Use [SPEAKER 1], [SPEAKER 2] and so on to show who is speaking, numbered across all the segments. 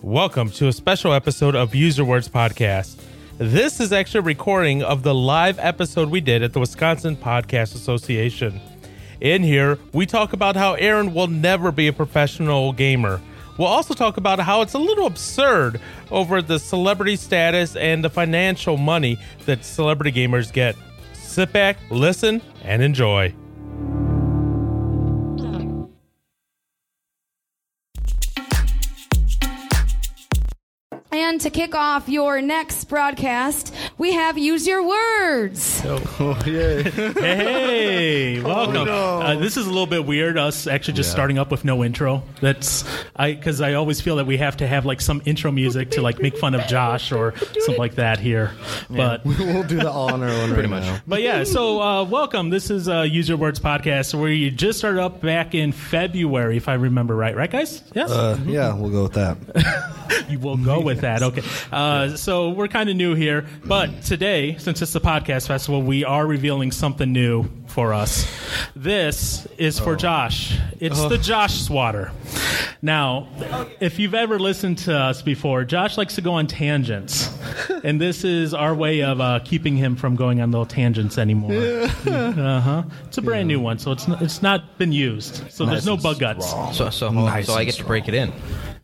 [SPEAKER 1] Welcome to a special episode of User Words Podcast. This is actually a recording of the live episode we did at the Wisconsin Podcast Association. In here, we talk about how Aaron will never be a professional gamer. We'll also talk about how it's a little absurd over the celebrity status and the financial money that celebrity gamers get. Sit back, listen, and enjoy.
[SPEAKER 2] And to kick off your next broadcast, we have Use Your Words.
[SPEAKER 3] Hey, welcome. uh, this is a little bit weird. Us actually just starting up with no intro. That's I because I always feel that we have to have like some intro music to like make fun of Josh or something like that here. But
[SPEAKER 4] we'll do the all on our own pretty much.
[SPEAKER 3] but yeah, so uh, welcome. This is uh, User Words Podcast where you just started up back in February, if I remember right. Right, guys? Yes.
[SPEAKER 4] Uh, yeah, we'll go with that.
[SPEAKER 3] you will go with that. Okay. Uh, so we're kind of new here, but today, since it's the podcast festival, we are revealing something new for us. This is for Josh. It's the Josh swatter. Now, if you've ever listened to us before, Josh likes to go on tangents, and this is our way of uh, keeping him from going on little tangents anymore. Uh huh. It's a brand new one, so it's not, it's not been used. So there's no bug guts.
[SPEAKER 5] So, so, so I get to break it in.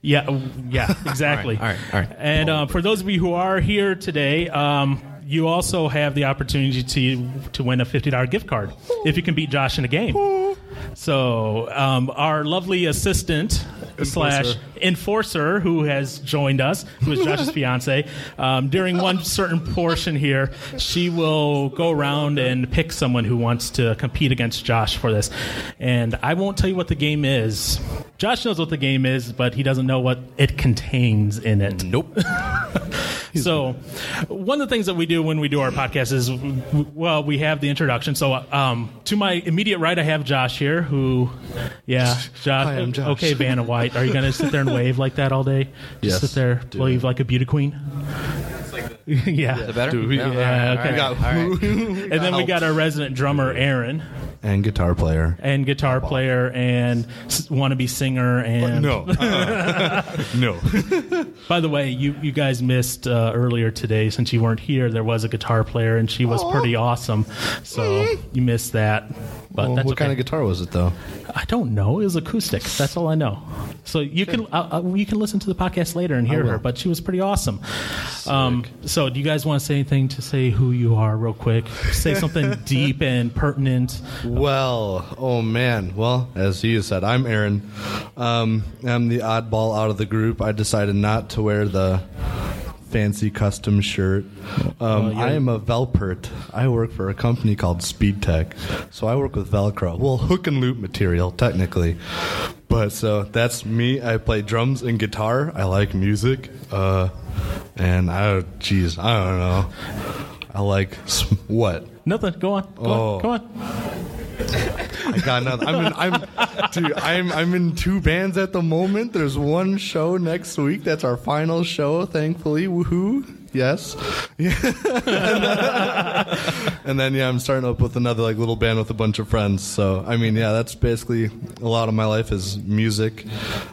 [SPEAKER 3] Yeah, w- yeah, exactly.
[SPEAKER 5] all right, all right.
[SPEAKER 3] And uh, for those of you who are here today, um, you also have the opportunity to to win a fifty dollar gift card if you can beat Josh in a game. So um, our lovely assistant slash enforcer who has joined us, who is Josh's fiance, um, during one certain portion here, she will go around and pick someone who wants to compete against Josh for this. And I won't tell you what the game is. Josh knows what the game is, but he doesn't know what it contains in it.
[SPEAKER 5] Nope.
[SPEAKER 3] So, one of the things that we do when we do our podcast is, w- w- well, we have the introduction. So, uh, um, to my immediate right, I have Josh here, who, yeah, Josh.
[SPEAKER 4] Hi, I'm Josh.
[SPEAKER 3] Okay, Vanna White, are you going to sit there and wave like that all day? Just
[SPEAKER 4] Yes.
[SPEAKER 3] sit there,
[SPEAKER 4] Do
[SPEAKER 3] wave like a beauty queen? yeah.
[SPEAKER 5] Is it better? No,
[SPEAKER 3] yeah,
[SPEAKER 5] all right,
[SPEAKER 3] okay.
[SPEAKER 5] all right, all right.
[SPEAKER 3] and then we got our resident drummer, Aaron,
[SPEAKER 4] And guitar player.
[SPEAKER 3] and guitar player, and s- wannabe singer, and
[SPEAKER 4] Uh-uh. no.
[SPEAKER 3] By the way, you, you guys missed uh, earlier today since you weren't here. There was a guitar player, and she was pretty awesome. So you missed that. But
[SPEAKER 4] Well,
[SPEAKER 3] that's
[SPEAKER 4] what
[SPEAKER 3] okay.
[SPEAKER 4] kind of guitar was it though?
[SPEAKER 3] I don't know. It was acoustic. That's all I know. So you can uh, uh, you can listen to the podcast later and hear her.
[SPEAKER 4] will.
[SPEAKER 3] But she was pretty awesome. Um, so do you guys want to say anything to say who you are real quick? Say something deep and pertinent.
[SPEAKER 4] Well, oh man. Well, as you said, I'm Aaron. Um, I'm the oddball out of the group. I decided not to wear the fancy custom shirt. Um, I am a Velpert. I work for a company called Speed Tech. So I work with Velcro. Well, hook and loop material, technically. But so that's me. I play drums and guitar. I like music. Uh, and I, geez, I don't know. I like s- what?
[SPEAKER 3] Nothing. Go on. Go
[SPEAKER 4] Oh.
[SPEAKER 3] on. Go on.
[SPEAKER 4] I got nothing. I'm in, I'm, dude. I'm I'm in two bands at the moment. There's one show next week. That's our final show, thankfully. Woohoo! Yes. Yeah. and then yeah, I'm starting up with another like little band with a bunch of friends. So I mean, yeah, that's basically a lot of my life is music,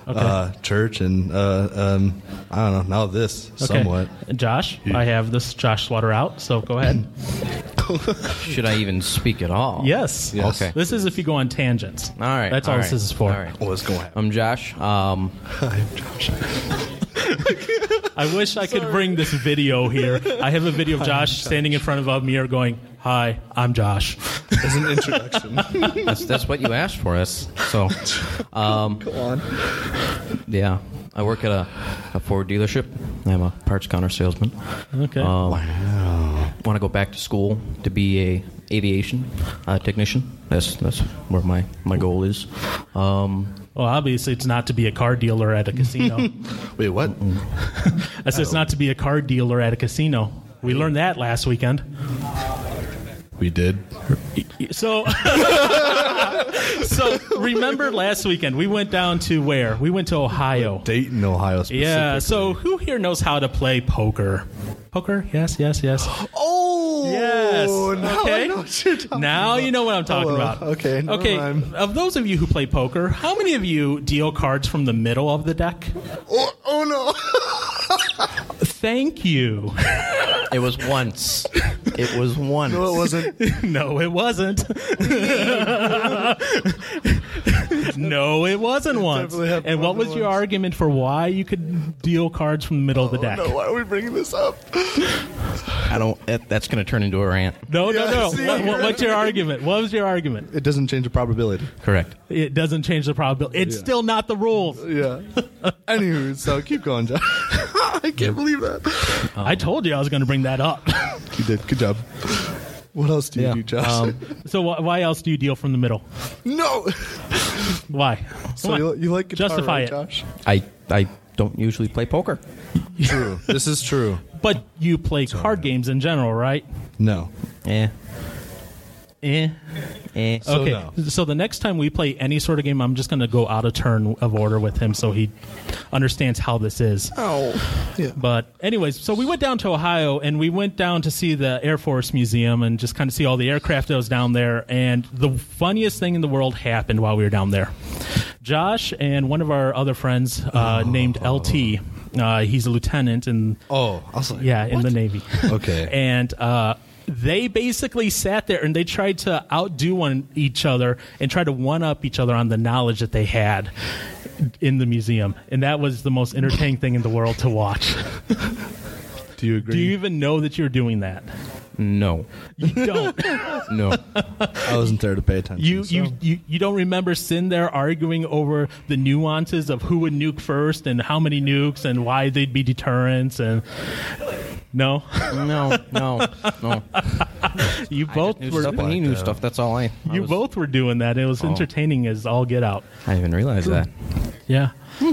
[SPEAKER 4] uh, church, and uh, um, I don't know. Now this
[SPEAKER 3] Okay.
[SPEAKER 4] somewhat.
[SPEAKER 3] Josh, I have this Josh Slaughter out. So go ahead.
[SPEAKER 5] Should I even speak at all?
[SPEAKER 3] yes.
[SPEAKER 4] Yes.
[SPEAKER 5] Okay.
[SPEAKER 3] This is if you go on tangents.
[SPEAKER 5] All right.
[SPEAKER 3] That's all,
[SPEAKER 5] all
[SPEAKER 3] this
[SPEAKER 5] right,
[SPEAKER 3] is for.
[SPEAKER 5] all right.
[SPEAKER 4] What's going? on?
[SPEAKER 5] I'm Josh. Um,
[SPEAKER 3] I wish I could bring this video here. I have a video of Josh standing in front of a mirror going, Hi, I'm Josh.
[SPEAKER 4] It's an introduction.
[SPEAKER 5] that's, that's what you asked for. That's so. Um,
[SPEAKER 4] Go on.
[SPEAKER 5] yeah, I work at a, a Ford dealership. I'm a parts counter salesman.
[SPEAKER 3] Okay.
[SPEAKER 5] Um, Want to go back to school to be a aviation uh, technician. That's that's where my my goal is. Um,
[SPEAKER 3] well, obviously, it's not to be a car dealer at a casino.
[SPEAKER 4] Wait, what?
[SPEAKER 3] I said it's not to be a car dealer at a casino. We learned that last weekend.
[SPEAKER 4] We did.
[SPEAKER 3] So, so remember last weekend we went down to where? We went to Ohio.
[SPEAKER 4] Dayton, Ohio. Specifically.
[SPEAKER 3] Yeah. So who here knows how to play poker? Poker? Yes, yes, yes.
[SPEAKER 4] Oh,
[SPEAKER 3] Yes.
[SPEAKER 4] now
[SPEAKER 3] okay.
[SPEAKER 4] I know what you're talking
[SPEAKER 3] Now
[SPEAKER 4] about.
[SPEAKER 3] you know what I'm talking
[SPEAKER 4] Hello.
[SPEAKER 3] about.
[SPEAKER 4] Okay, never
[SPEAKER 3] Okay.
[SPEAKER 4] mind.
[SPEAKER 3] Of those of you who play poker, how many of you deal cards from the middle of the deck?
[SPEAKER 4] Oh, oh, no.
[SPEAKER 3] Thank you.
[SPEAKER 5] It was once. It was once.
[SPEAKER 4] no, it wasn't.
[SPEAKER 3] no, it wasn't. no, it wasn't once.
[SPEAKER 4] definitely happened
[SPEAKER 3] And
[SPEAKER 4] more
[SPEAKER 3] what
[SPEAKER 4] than
[SPEAKER 3] was your
[SPEAKER 4] once. Oh,
[SPEAKER 3] argument for why you could deal cards from the middle of the deck?
[SPEAKER 4] No, why are we bringing this up?
[SPEAKER 5] I don't. That, that's going to turn into a rant.
[SPEAKER 3] No, no,
[SPEAKER 4] Yeah,
[SPEAKER 3] no.
[SPEAKER 4] see,
[SPEAKER 3] What- what-
[SPEAKER 4] you're-
[SPEAKER 3] what's your argument? What was your argument?
[SPEAKER 4] It doesn't change the probability.
[SPEAKER 5] Correct.
[SPEAKER 3] It doesn't change the probability. It's still not the rules.
[SPEAKER 4] Yeah. Anywho, so keep going, John. I can't believe that.
[SPEAKER 3] I told you I was going to bring that up.
[SPEAKER 4] You did. Good job. What else do you do, Josh?
[SPEAKER 3] so wh- why else do you deal from the middle?
[SPEAKER 4] no.
[SPEAKER 3] Why?
[SPEAKER 4] So
[SPEAKER 3] Come
[SPEAKER 4] you,
[SPEAKER 3] on.
[SPEAKER 4] you like guitar,
[SPEAKER 3] Justify
[SPEAKER 4] right,
[SPEAKER 3] it.
[SPEAKER 4] Josh?
[SPEAKER 5] I I don't usually play poker.
[SPEAKER 4] True. This is true.
[SPEAKER 3] but you play card games in general, right?
[SPEAKER 4] No.
[SPEAKER 5] Eh. Eh. Eh.
[SPEAKER 4] So
[SPEAKER 3] okay.
[SPEAKER 4] no.
[SPEAKER 3] So the next time we play any sort of game, I'm just going to go out of turn of order with him so he understands how this is.
[SPEAKER 4] Oh. Yeah.
[SPEAKER 3] But anyways, so we went down to Ohio and we went down to see the Air Force Museum and just kind of see all the aircraft that was down there. And the funniest thing in the world happened while we were down there. Josh and one of our other friends uh, named LT. Uh, he's a lieutenant in
[SPEAKER 4] Oh. I was like,
[SPEAKER 3] yeah in the Navy.
[SPEAKER 4] Okay.
[SPEAKER 3] and uh, they basically sat there and they tried to outdo one each other and try to one up each other on the knowledge that they had in the museum. And that was the most entertaining thing in the world to watch.
[SPEAKER 4] do you
[SPEAKER 3] Do
[SPEAKER 4] agree?
[SPEAKER 3] you even know that you're doing that?
[SPEAKER 5] No.
[SPEAKER 3] You don't.
[SPEAKER 5] No.
[SPEAKER 4] I wasn't there to pay attention.
[SPEAKER 3] you,
[SPEAKER 4] so-
[SPEAKER 3] you you you don't remember sitting there arguing over the nuances of who would nuke first and how many nukes and why they'd be deterrents and no,
[SPEAKER 5] Oh, no. No. No.
[SPEAKER 3] you both
[SPEAKER 5] New
[SPEAKER 3] were
[SPEAKER 5] stuff and he knew stuff. That's all I. I
[SPEAKER 3] you
[SPEAKER 5] was- Oh.
[SPEAKER 3] both were doing that. It was entertaining as all get out.
[SPEAKER 5] I didn't even realize that.
[SPEAKER 3] Yeah.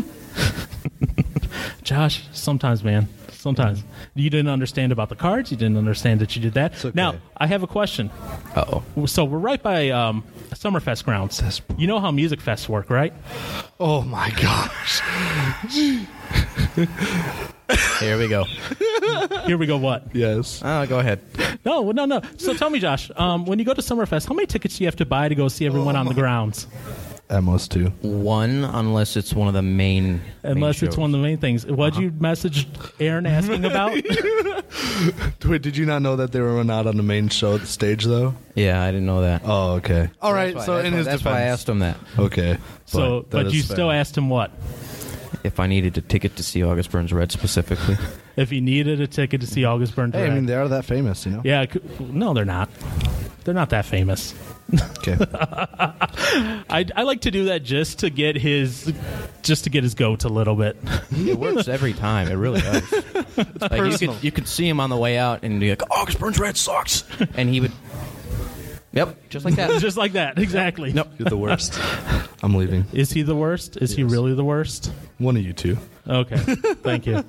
[SPEAKER 3] Josh, sometimes, man, sometimes you didn't understand about the cards. You didn't understand that you did that.
[SPEAKER 4] okay.
[SPEAKER 3] Now I have a question.
[SPEAKER 5] Uh oh.
[SPEAKER 3] So we're right by um, Summerfest grounds.
[SPEAKER 4] That's-
[SPEAKER 3] You know how music fests work, right?
[SPEAKER 4] Oh my gosh.
[SPEAKER 5] Here we go.
[SPEAKER 3] Here we go. What?
[SPEAKER 4] Yes.
[SPEAKER 3] Uh,
[SPEAKER 5] Ah, go ahead.
[SPEAKER 3] No, well, no, no. So tell me, Josh, um, when you go to Summerfest, how many tickets do you have to buy to go see everyone
[SPEAKER 4] Oh
[SPEAKER 3] on the grounds?
[SPEAKER 4] At most two.
[SPEAKER 5] One, unless it's one of the main.
[SPEAKER 3] Unless
[SPEAKER 5] main
[SPEAKER 3] it's one of the main things. What'd
[SPEAKER 4] Uh-huh.
[SPEAKER 3] you message Aaron asking about?
[SPEAKER 4] Wait, did you not know that they were not on the main show the stage though?
[SPEAKER 5] the. Yeah, I didn't know that.
[SPEAKER 4] Oh, okay. All right.
[SPEAKER 5] That's
[SPEAKER 4] so
[SPEAKER 5] why-
[SPEAKER 4] in
[SPEAKER 5] that's why-
[SPEAKER 4] his
[SPEAKER 5] that's
[SPEAKER 4] defense,
[SPEAKER 5] why I asked him that.
[SPEAKER 4] Okay.
[SPEAKER 3] so,
[SPEAKER 4] that
[SPEAKER 3] but
[SPEAKER 4] is
[SPEAKER 3] you
[SPEAKER 4] fair.
[SPEAKER 3] still asked him what?
[SPEAKER 5] If I needed a ticket to see August Burns Red specifically.
[SPEAKER 3] If he needed a ticket to see August Burn
[SPEAKER 4] Hey, I
[SPEAKER 3] Red.
[SPEAKER 4] mean they are that famous, you know.
[SPEAKER 3] Yeah, c- no, they're not. They're not that famous.
[SPEAKER 4] Okay.
[SPEAKER 3] I, I like to do that just to get his, just to get his goat a little bit.
[SPEAKER 5] It works every time. It really does. Like, you, could, you could see him on the way out and be like, August Burns Red sucks. And he would. Yep, just like that.
[SPEAKER 3] just like that, exactly.
[SPEAKER 5] Nope.
[SPEAKER 4] You're the worst. I'm leaving.
[SPEAKER 3] Is he the worst? Is he really the worst?
[SPEAKER 4] One of you two.
[SPEAKER 3] Okay, thank you.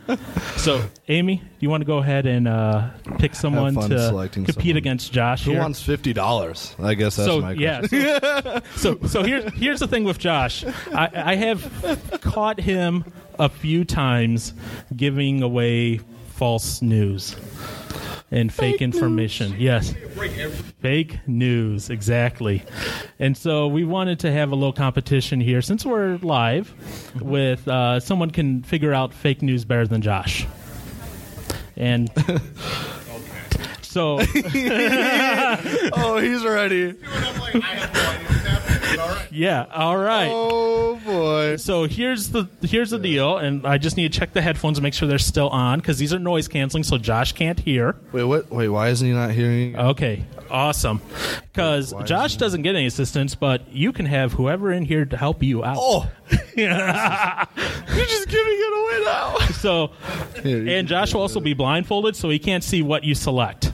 [SPEAKER 3] So, Amy, you want to go ahead and uh, pick someone
[SPEAKER 4] fun
[SPEAKER 3] to
[SPEAKER 4] selecting
[SPEAKER 3] compete
[SPEAKER 4] someone.
[SPEAKER 3] against Josh
[SPEAKER 4] Who
[SPEAKER 3] here?
[SPEAKER 4] wants fifty dollars? I guess that's
[SPEAKER 3] so
[SPEAKER 4] my question.
[SPEAKER 3] yeah, so, so so here's here's the thing with Josh. I, I have caught him a few times giving away false news and fake, information. Yes, fake news exactly. And so we wanted to have a little competition here since we're live. With uh, someone can figure out fake news better than Josh, and. So
[SPEAKER 4] Oh, he's ready.
[SPEAKER 3] yeah, all right.
[SPEAKER 4] Oh boy.
[SPEAKER 3] so here's the here's the deal, and I just need to check the headphones and make sure they're still on because these are noise canceling, so Josh can't hear.
[SPEAKER 4] Wait, what? Wait, why isn't he not hearing?
[SPEAKER 3] Okay, awesome. Because Josh doesn't get any assistance, but you can have whoever in here to help you out.
[SPEAKER 4] oh, you're just giving it away now.
[SPEAKER 3] So,
[SPEAKER 4] Here, you
[SPEAKER 3] and
[SPEAKER 4] can-
[SPEAKER 3] Josh will also be blindfolded, so he can't see what you select.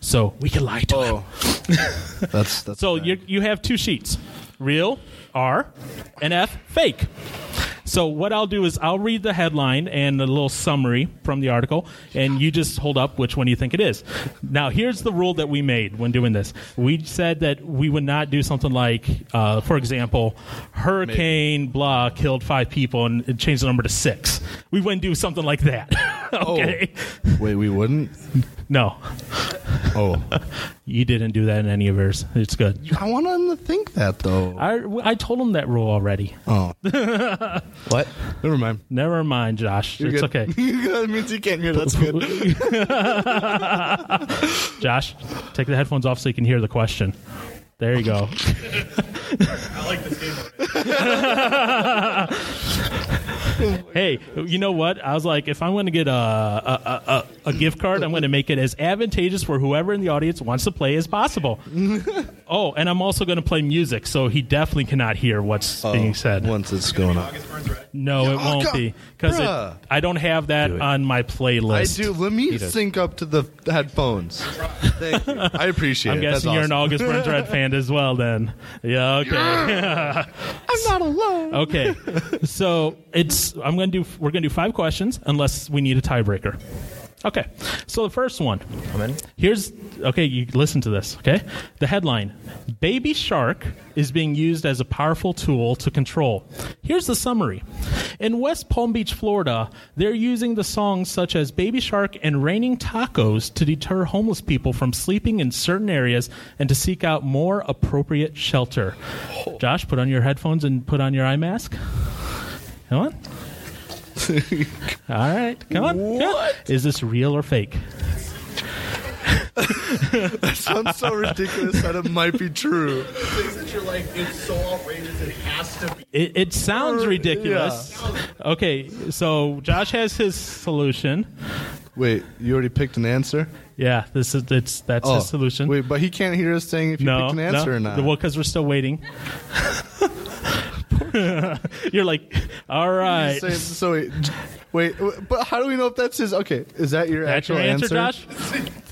[SPEAKER 3] So we can lie to him.
[SPEAKER 4] Oh, that's that's.
[SPEAKER 3] So
[SPEAKER 4] bad.
[SPEAKER 3] you you have two sheets, real, R, and F, fake. So what I'll do is I'll read the headline and a little summary from the article, and you just hold up which one you think it is. Now here's the rule that we made when doing this. We said that we would not do something like, uh, for example, hurricane blah killed five people and it changed the number to six. We Oh. wouldn't do something like that. okay.
[SPEAKER 4] Wait, we wouldn't.
[SPEAKER 3] No.
[SPEAKER 4] Oh,
[SPEAKER 3] You didn't do that in any of yours. It's good.
[SPEAKER 4] I want to think that though.
[SPEAKER 3] I, I told him that rule already.
[SPEAKER 4] oh,
[SPEAKER 5] What?
[SPEAKER 4] never mind.
[SPEAKER 3] Never mind, Josh.
[SPEAKER 4] You're
[SPEAKER 3] it's
[SPEAKER 4] good.
[SPEAKER 3] okay.
[SPEAKER 4] that means you can't hear. That's good.
[SPEAKER 3] Josh, take the headphones off so you can hear the question. There you go.
[SPEAKER 1] I like this game.
[SPEAKER 3] Hey, you know what? I was like, if I'm going to get a, a, a, a- a gift card, I'm going to make it as advantageous for whoever in the audience wants to play as possible. oh, and I'm also going to play music, so he definitely cannot hear what's
[SPEAKER 4] Oh,
[SPEAKER 3] being said.
[SPEAKER 4] Once it's going up,
[SPEAKER 3] No, it
[SPEAKER 4] Oh,
[SPEAKER 3] won't
[SPEAKER 4] God.
[SPEAKER 3] be because
[SPEAKER 4] Bruh.
[SPEAKER 3] I don't have that
[SPEAKER 5] Do it.
[SPEAKER 3] on my
[SPEAKER 4] I
[SPEAKER 3] playlist.
[SPEAKER 4] do. Let me
[SPEAKER 5] does.
[SPEAKER 4] sync up to the headphones. Thank you. I appreciate
[SPEAKER 3] I'm
[SPEAKER 4] it.
[SPEAKER 3] guessing
[SPEAKER 4] That's
[SPEAKER 3] you're an
[SPEAKER 4] awesome.
[SPEAKER 3] August Burns Red fan as well, then. Yeah, okay. I'm not alone. Okay, so it's I'm gonna do we're gonna do five questions unless we need a tiebreaker. Okay, so the first one. Here's okay. You listen to this. Okay, the headline: Baby shark is being used as a powerful tool to control. Here's the summary: In West Palm Beach, Florida, they're using the songs such as "Baby Shark" and "Raining Tacos" to deter homeless people from sleeping in certain areas and to seek out more appropriate shelter. Josh, put on your headphones and put on your eye mask. Come on. All right, come on. come on. Is this real or fake?
[SPEAKER 4] Sounds so ridiculous that it might be true.
[SPEAKER 3] It, it sounds ridiculous. Okay, so Josh has his solution.
[SPEAKER 4] Wait, you already picked an answer? Oh.
[SPEAKER 3] Yeah, this is it's that's his solution.
[SPEAKER 4] Wait, but he can't hear us saying if you
[SPEAKER 3] no,
[SPEAKER 4] picked an
[SPEAKER 3] no.
[SPEAKER 4] answer or not.
[SPEAKER 3] Well, because we're still waiting. You're like, all right.
[SPEAKER 4] So, so wait, j- wait, w- but how do we know if that's his? Okay, is that your
[SPEAKER 3] That's
[SPEAKER 4] actual
[SPEAKER 3] your answer, Josh?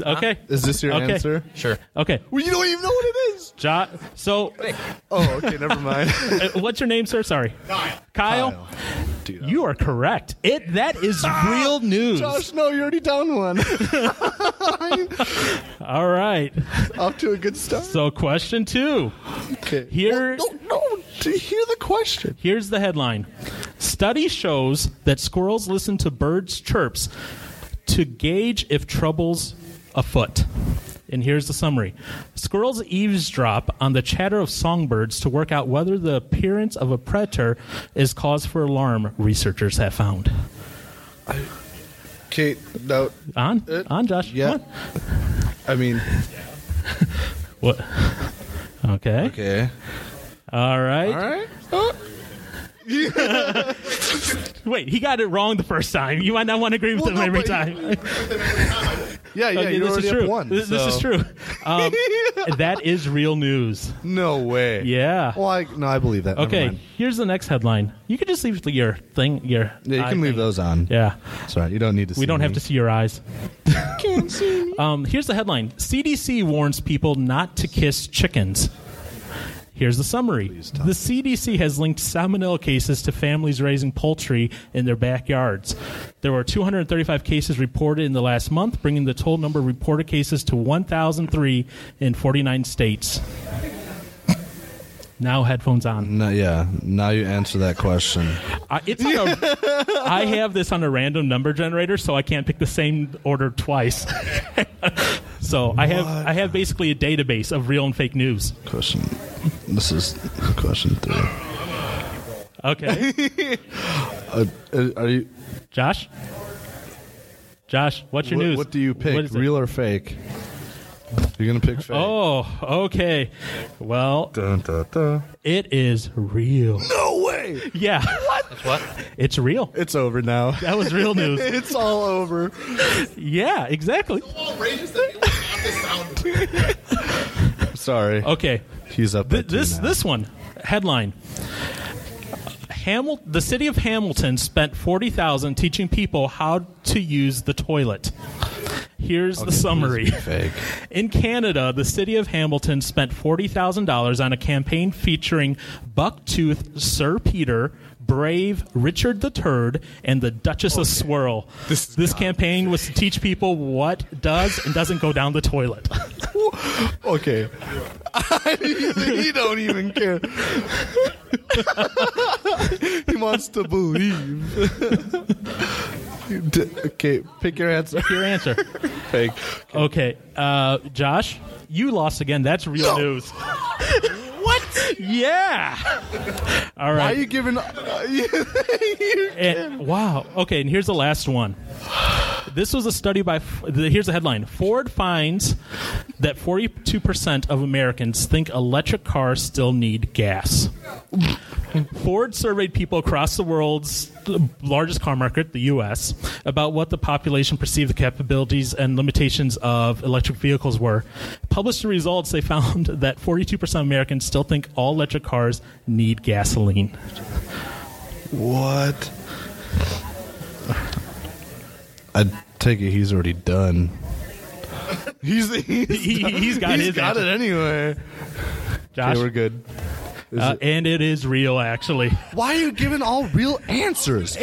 [SPEAKER 3] Okay.
[SPEAKER 4] Is this your
[SPEAKER 3] Okay.
[SPEAKER 4] answer?
[SPEAKER 5] Sure.
[SPEAKER 3] Okay.
[SPEAKER 4] Well, you don't even know what it is.
[SPEAKER 3] Josh. So,
[SPEAKER 4] Oh, okay, never mind.
[SPEAKER 3] uh, what's your name, sir? Sorry. Kyle. Kyle.
[SPEAKER 4] Dude, Ah!
[SPEAKER 3] You are correct. It that is real news.
[SPEAKER 4] Josh, no, you already down one.
[SPEAKER 3] All right.
[SPEAKER 4] Off to a good start.
[SPEAKER 3] So, question 2.
[SPEAKER 4] okay.
[SPEAKER 3] here-
[SPEAKER 4] No, no, no, hear the question.
[SPEAKER 3] Here's the headline Study shows that squirrels listen to birds' chirps to gauge if trouble's afoot. And here's the summary Squirrels eavesdrop on the chatter of songbirds to work out whether the appearance of a predator is cause for alarm, researchers have found.
[SPEAKER 4] Kate, no,
[SPEAKER 3] On?
[SPEAKER 4] Uh,
[SPEAKER 3] on, Josh.
[SPEAKER 4] yeah.
[SPEAKER 3] Come
[SPEAKER 4] I mean,
[SPEAKER 3] on. What? Okay.
[SPEAKER 4] okay.
[SPEAKER 3] All right.
[SPEAKER 4] All right.
[SPEAKER 3] Wait, he got it wrong the first time. You might not want to agree with
[SPEAKER 4] Well,
[SPEAKER 3] him
[SPEAKER 4] no,
[SPEAKER 3] every
[SPEAKER 4] but-
[SPEAKER 3] time.
[SPEAKER 4] Yeah, yeah,
[SPEAKER 3] Okay,
[SPEAKER 4] you're
[SPEAKER 3] this
[SPEAKER 4] already
[SPEAKER 3] is true.
[SPEAKER 4] up one.
[SPEAKER 3] this, this is
[SPEAKER 4] so-
[SPEAKER 3] true. Um, that is real news.
[SPEAKER 4] No way.
[SPEAKER 3] Yeah.
[SPEAKER 4] Well, I, no, I believe that. Never
[SPEAKER 3] Okay,
[SPEAKER 4] mind.
[SPEAKER 3] here's the next headline. You could just leave the- your thing. Your
[SPEAKER 4] Yeah, you
[SPEAKER 3] eye
[SPEAKER 4] can leave
[SPEAKER 3] thing.
[SPEAKER 4] those on.
[SPEAKER 3] Yeah,
[SPEAKER 4] Sorry, you don't need to.
[SPEAKER 3] we don't have to see your eyes. Um, here's the headline: CDC warns people not to kiss chickens. Here's the summary. The CDC has linked salmonella cases to families raising poultry in their backyards. There were 235 cases reported in the last month, bringing the total number of reported cases to 1,003 in 49 states. Now headphones on.
[SPEAKER 4] No, yeah. Now you answer that question.
[SPEAKER 3] I, it's on a, I have this on a random number generator, so I can't pick the same order twice. so I have I have basically a database of real and fake news.
[SPEAKER 4] Question. This is question three.
[SPEAKER 3] Okay,
[SPEAKER 4] Uh, uh, are you?
[SPEAKER 3] Josh. Josh, what's your
[SPEAKER 4] what,
[SPEAKER 3] news?
[SPEAKER 4] what do you
[SPEAKER 3] What
[SPEAKER 4] pick?
[SPEAKER 3] is it?
[SPEAKER 4] Real or fake? You're gonna pick fake.
[SPEAKER 3] Oh, okay. Well,
[SPEAKER 4] Dun, dun, dun.
[SPEAKER 3] it is real.
[SPEAKER 4] No way!
[SPEAKER 3] Yeah. What?
[SPEAKER 5] What?
[SPEAKER 3] It's real.
[SPEAKER 4] It's over now.
[SPEAKER 3] That was real news.
[SPEAKER 4] it's all over.
[SPEAKER 3] Yeah, exactly.
[SPEAKER 4] Sorry.
[SPEAKER 3] Okay.
[SPEAKER 4] He's up.
[SPEAKER 3] Oh. Th-
[SPEAKER 4] at two
[SPEAKER 3] this
[SPEAKER 4] now.
[SPEAKER 3] this one headline. Hamil- the city of Hamilton spent forty thousand teaching people how to use the toilet. Here's the summary.
[SPEAKER 4] fake.
[SPEAKER 3] In Canada, the city of Hamilton spent $40,000 on a campaign featuring Bucktooth Sir Peter, Brave Richard the Turd, and the Duchess of Swirl. This, campaign was to teach people what does and doesn't go down the toilet.
[SPEAKER 4] Okay. he don't even care. he wants to believe. D- okay, pick your answer.
[SPEAKER 3] Your answer.
[SPEAKER 4] Pick.
[SPEAKER 3] Okay, uh, Josh, you lost again. That's real news.
[SPEAKER 4] What?
[SPEAKER 3] Yeah. All
[SPEAKER 4] Why are
[SPEAKER 3] right.
[SPEAKER 4] you giving? Uh, you-
[SPEAKER 3] And- wow. Okay, and here's the last one. This was a study by. F- the- Here's the headline Ford finds that 42% of Americans think electric cars still need gas. Ford surveyed people across the world's largest car market, the U.S., about what the population perceived the capabilities and limitations of electric vehicles were. Published the results, they found that 42% of Americans still think all electric cars need gasoline.
[SPEAKER 4] what? I take it he's already done. He's he's,
[SPEAKER 3] He, has got
[SPEAKER 4] he's
[SPEAKER 3] his
[SPEAKER 4] got
[SPEAKER 3] answer.
[SPEAKER 4] it anyway.
[SPEAKER 3] Josh?
[SPEAKER 4] Okay, we're good. Is
[SPEAKER 3] Uh,
[SPEAKER 4] it-
[SPEAKER 3] and it is real, actually.
[SPEAKER 4] why are you giving all real answers?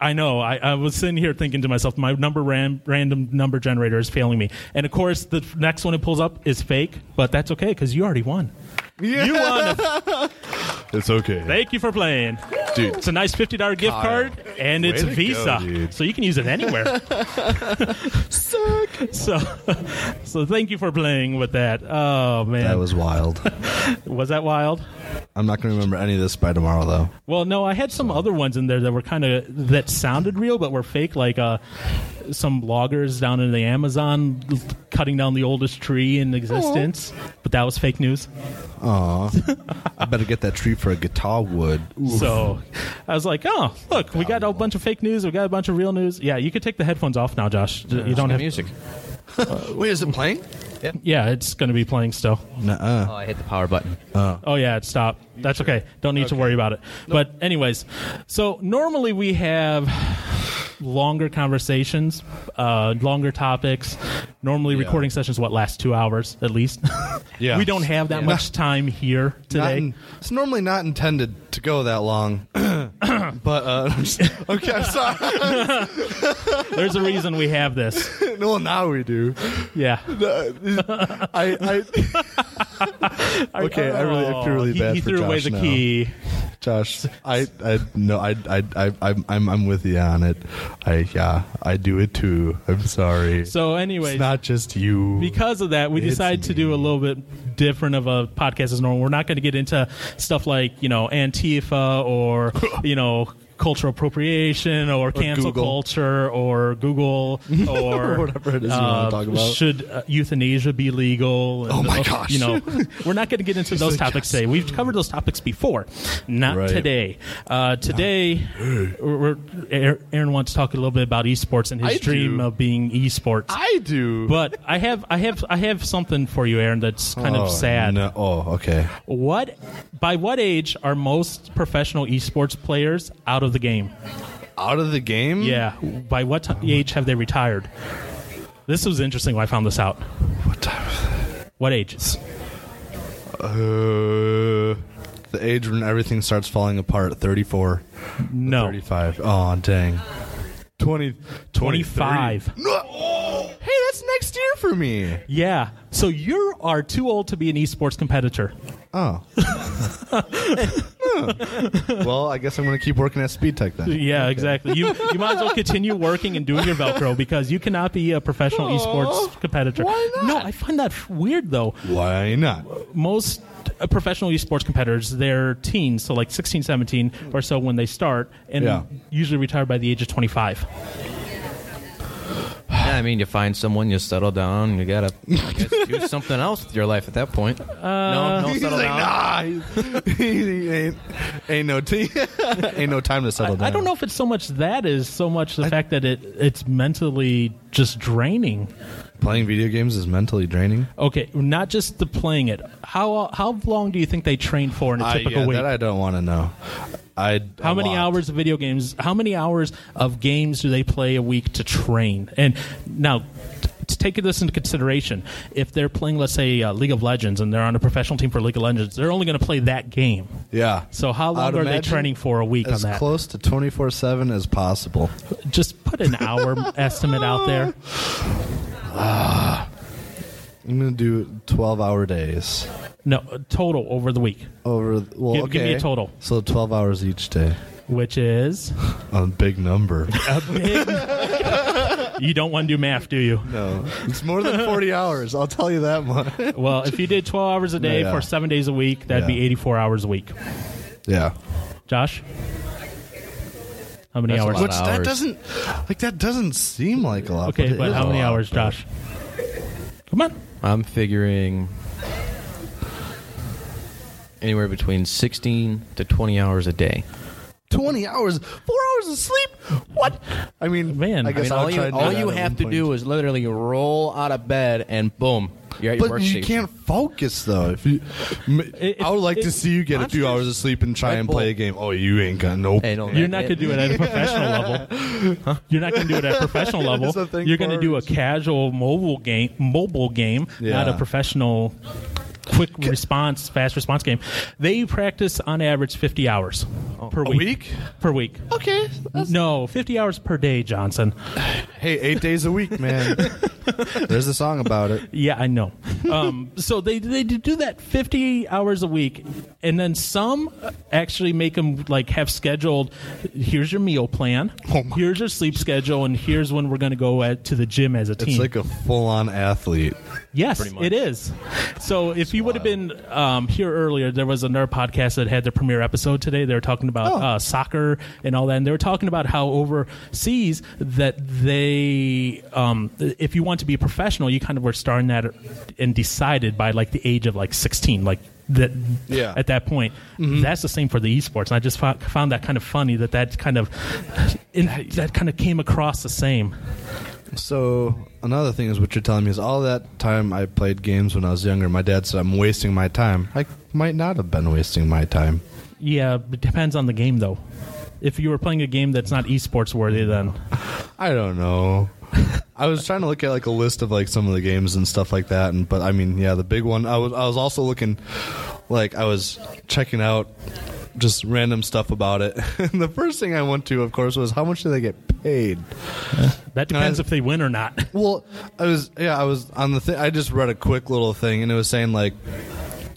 [SPEAKER 3] I know. I, I was sitting here thinking to myself, my number ran, random number generator is failing me. And of course, the f- next one it pulls up is fake, but that's okay because you already won. You won.
[SPEAKER 4] It's okay.
[SPEAKER 3] Thank you for playing.
[SPEAKER 4] Dude.
[SPEAKER 3] It's a nice $50 gift
[SPEAKER 4] Kyle,
[SPEAKER 3] card, and it's
[SPEAKER 4] to go,
[SPEAKER 3] Visa.
[SPEAKER 4] dude.
[SPEAKER 3] so you can use it anywhere. so, so thank you for playing with that. Oh, man.
[SPEAKER 4] That was wild.
[SPEAKER 3] was that wild?
[SPEAKER 4] I'm not going to remember any of this by tomorrow, though.
[SPEAKER 3] Well, no, I had some other ones in there that were kind of that sounded real but were fake, like uh, some loggers down in the Amazon l- cutting down the oldest tree in existence. But that was fake news.
[SPEAKER 4] I better get that tree for a guitar wood. Ooh.
[SPEAKER 3] So I was like, oh, look, we got a bunch of fake news. We got a bunch of real news. Yeah, you could take the headphones off now, Josh. You don't have.
[SPEAKER 5] music.
[SPEAKER 4] Wait, is it playing?
[SPEAKER 3] Yeah, it's going to be playing still.
[SPEAKER 5] Oh, I hit the power button.
[SPEAKER 3] Oh yeah, it stopped. That's okay. Don't need to worry about it. But anyways, so normally we have longer conversations, uh, longer topics. Normally, recording sessions what last two hours at least.
[SPEAKER 4] Yeah.
[SPEAKER 3] we don't have that
[SPEAKER 4] Yeah.
[SPEAKER 3] much time here
[SPEAKER 4] Not
[SPEAKER 3] today.
[SPEAKER 4] in- it's normally not intended to go that long. but, uh, I'm just- okay, I'm sorry.
[SPEAKER 3] There's a reason we have this.
[SPEAKER 4] well, now we do.
[SPEAKER 3] Yeah.
[SPEAKER 4] I, I, okay, I really, I feel really
[SPEAKER 3] he,
[SPEAKER 4] bad
[SPEAKER 3] He
[SPEAKER 4] for
[SPEAKER 3] threw
[SPEAKER 4] Josh
[SPEAKER 3] away the
[SPEAKER 4] now.
[SPEAKER 3] key.
[SPEAKER 4] Josh, I, I, no, I, I, I, I'm, I'm, I'm with you on it. I, yeah, I do it too. I'm sorry.
[SPEAKER 3] So anyways,
[SPEAKER 4] it's not just you.
[SPEAKER 3] because of that, we
[SPEAKER 4] It's
[SPEAKER 3] decided to do a little bit different of a podcast as normal. We're not going to get into stuff like you know Antifa or you know cultural appropriation or cancel
[SPEAKER 4] Google.
[SPEAKER 3] culture or Google or
[SPEAKER 4] Whatever it is you wanna
[SPEAKER 3] uh,
[SPEAKER 4] talk about.
[SPEAKER 3] Should uh, euthanasia be legal? And,
[SPEAKER 4] Oh my
[SPEAKER 3] uh,
[SPEAKER 4] gosh.
[SPEAKER 3] You know, we're not going to get into those
[SPEAKER 4] like,
[SPEAKER 3] topics today. We've covered those topics before, not
[SPEAKER 4] Right.
[SPEAKER 3] today. Uh, today, we're, we're- Aaron wants to talk a little bit about esports and his
[SPEAKER 4] I
[SPEAKER 3] dream
[SPEAKER 4] do.
[SPEAKER 3] of being esports.
[SPEAKER 4] I do.
[SPEAKER 3] But I have I have I have something for you, Aaron. That's kind
[SPEAKER 4] oh,
[SPEAKER 3] of sad.
[SPEAKER 4] No. Oh, okay.
[SPEAKER 3] What by what age are most professional esports players out of the game?
[SPEAKER 4] Out of the game?
[SPEAKER 3] Yeah, by what ti age have they retired? This was interesting when I found this out.
[SPEAKER 4] What time?
[SPEAKER 3] What age?
[SPEAKER 4] Uh, the age when everything starts falling apart 34
[SPEAKER 3] No,
[SPEAKER 4] 35 oh dang 20
[SPEAKER 3] twenty-five.
[SPEAKER 4] No. Oh, hey that's next year for me
[SPEAKER 3] Yeah, so you are too old to be an esports competitor.
[SPEAKER 4] oh well i guess i'm gonna keep working at speed tech then
[SPEAKER 3] Yeah, exactly. You you might as well continue working and doing your Velcro because you cannot be a professional esports competitor.
[SPEAKER 4] why not?
[SPEAKER 3] No, I find that weird though.
[SPEAKER 4] why not
[SPEAKER 3] most uh, professional esports competitors they're teens so like 16 17 or so when they start and
[SPEAKER 4] Yeah.
[SPEAKER 3] usually retire by the age of 25
[SPEAKER 5] Yeah, I mean, you find someone, you settle down, you gotta I guess, do something else with your life at that point. no, no,
[SPEAKER 4] Uh, He's
[SPEAKER 5] settle
[SPEAKER 4] like,
[SPEAKER 5] down.
[SPEAKER 4] nah, he, he ain't, ain't no t- ain't no time to settle down.
[SPEAKER 3] i don't know if it's so much that is so much the fact that it it's mentally just draining
[SPEAKER 4] Playing video games is mentally draining.
[SPEAKER 3] okay not just the playing it how how long do you think they train for in a
[SPEAKER 4] I,
[SPEAKER 3] typical
[SPEAKER 4] yeah,
[SPEAKER 3] week
[SPEAKER 4] that I don't want to know. I
[SPEAKER 3] how
[SPEAKER 4] a
[SPEAKER 3] many
[SPEAKER 4] lot.
[SPEAKER 3] hours of video games how many hours of games do they play a week to train and now t- to take this into consideration if they're playing let's say uh, league of legends and they're on a professional team for league of legends they're only going to play that game
[SPEAKER 4] Yeah.
[SPEAKER 3] so how long
[SPEAKER 4] I'd
[SPEAKER 3] are they
[SPEAKER 4] imagine
[SPEAKER 3] training for a week on
[SPEAKER 4] As
[SPEAKER 3] that
[SPEAKER 4] close to 24 7 as possible.
[SPEAKER 3] just put an hour estimate out there
[SPEAKER 4] I'm going to do 12 hour days.
[SPEAKER 3] no total over the week
[SPEAKER 4] Over, well,
[SPEAKER 3] Give- give me a
[SPEAKER 4] okay.
[SPEAKER 3] total.
[SPEAKER 4] So 12 hours each day.
[SPEAKER 3] which is
[SPEAKER 4] A big number.
[SPEAKER 3] you don't want to do math, do you?
[SPEAKER 4] No, it's more than 40 hours. I'll tell you that much.
[SPEAKER 3] Well, if you did 12 hours a day
[SPEAKER 4] yeah.
[SPEAKER 3] for seven days a week, that'd be
[SPEAKER 4] Yeah.
[SPEAKER 3] 84 hours a week.
[SPEAKER 4] Yeah.
[SPEAKER 3] Josh? How many
[SPEAKER 5] That's a
[SPEAKER 3] hours?
[SPEAKER 5] lot.
[SPEAKER 4] Which that
[SPEAKER 5] hours.
[SPEAKER 4] doesn't like that doesn't seem like a lot.
[SPEAKER 3] Okay,
[SPEAKER 4] but, it
[SPEAKER 3] but
[SPEAKER 4] is
[SPEAKER 3] how
[SPEAKER 4] a
[SPEAKER 3] many
[SPEAKER 4] lot.
[SPEAKER 3] hours, Josh? Come on.
[SPEAKER 5] I'm figuring anywhere between 16 to 20 hours a day.
[SPEAKER 4] 20 hours, four hours of sleep. What? I mean,
[SPEAKER 3] Man,
[SPEAKER 4] I
[SPEAKER 5] I
[SPEAKER 4] guess
[SPEAKER 5] mean,
[SPEAKER 4] I'll
[SPEAKER 5] all you,
[SPEAKER 4] try and do
[SPEAKER 5] all
[SPEAKER 4] that
[SPEAKER 5] you
[SPEAKER 4] at
[SPEAKER 5] have
[SPEAKER 4] one
[SPEAKER 5] to
[SPEAKER 4] point.
[SPEAKER 5] do is literally roll out of bed and boom, you're at your
[SPEAKER 4] But you
[SPEAKER 5] workstation.
[SPEAKER 4] can't focus though. If you, m-
[SPEAKER 3] It-
[SPEAKER 4] I would like to
[SPEAKER 3] it-
[SPEAKER 4] see you get a few hours of sleep and try
[SPEAKER 5] Red
[SPEAKER 4] and
[SPEAKER 5] Bull.
[SPEAKER 4] play a game. Oh, you ain't got no.
[SPEAKER 5] Hey, don't-
[SPEAKER 3] You're not going to do it at a professional level. You're not going to do it at a professional level.
[SPEAKER 4] It's a thing
[SPEAKER 3] You're going to
[SPEAKER 4] for
[SPEAKER 3] do a
[SPEAKER 4] us.
[SPEAKER 3] casual mobile game, mobile game, not a
[SPEAKER 4] Yeah.
[SPEAKER 3] professional quick response, fast response game. They practice on average 50 hours per
[SPEAKER 4] Oh, a
[SPEAKER 3] week.
[SPEAKER 4] week?
[SPEAKER 3] Per week.
[SPEAKER 4] Okay.
[SPEAKER 3] No, 50 hours per day, Johnson.
[SPEAKER 4] Hey, eight days a week, man. There's a song about it.
[SPEAKER 3] Yeah, I know. Um, so they they do that fifty hours a week, and then some actually make them like have scheduled. Here's your meal plan. here's your sleep schedule, and here's when we're going to go at, to the gym as a team.
[SPEAKER 4] It's like a full-on athlete.
[SPEAKER 3] yes,
[SPEAKER 5] pretty much.
[SPEAKER 3] it is. So if you would have been um, here earlier, there was another podcast that had their premiere episode today. They were talking about
[SPEAKER 5] Oh.
[SPEAKER 3] uh, soccer and all that, and they were talking about how overseas that they, um, if you want to be a professional, you kind of were starting that and decided by like the age of like sixteen, like. That
[SPEAKER 4] Yeah.
[SPEAKER 3] at that point,
[SPEAKER 5] Mm-hmm.
[SPEAKER 3] that's the same for the esports. And I just fo- found that kind of funny that that kind of in, that kind of came across the same.
[SPEAKER 4] So another thing is what you're telling me is all that time I played games when I was younger. My dad said I'm wasting my time. I might not have been wasting my time.
[SPEAKER 3] Yeah, it depends on the game though. If you were playing a game that's not esports worthy, then
[SPEAKER 4] I don't know. I was trying to look at like a list of like some of the games and stuff like that, and but I mean, yeah, the big one. I was I was also looking, like I was checking out just random stuff about it. and the first thing I went to, of course, was how much do they get paid?
[SPEAKER 3] that depends
[SPEAKER 4] Uh,
[SPEAKER 3] if they win or not.
[SPEAKER 4] Well, I was yeah, I was on the thing. I just read a quick little thing, and it was saying like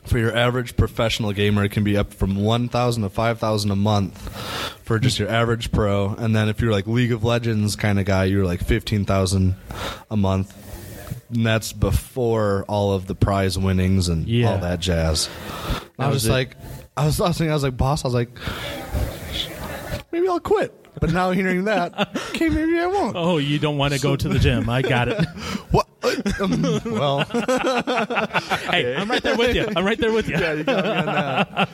[SPEAKER 4] for your average professional gamer, it can be up from one thousand to five thousand a month for just your average pro, and then if you're like League of Legends kind of guy, you're like fifteen thousand a month. And that's before all of the prize winnings and
[SPEAKER 3] Yeah.
[SPEAKER 4] all that jazz. I was
[SPEAKER 5] was
[SPEAKER 4] just
[SPEAKER 5] it.
[SPEAKER 4] like, I was, I was thinking, I was like, boss, I was like, maybe I'll quit. But now hearing that, okay, maybe I won't.
[SPEAKER 3] Oh, you don't want to go to the gym. I got it.
[SPEAKER 4] What? Um, well,
[SPEAKER 3] hey, I'm right there with you. I'm right there with you. What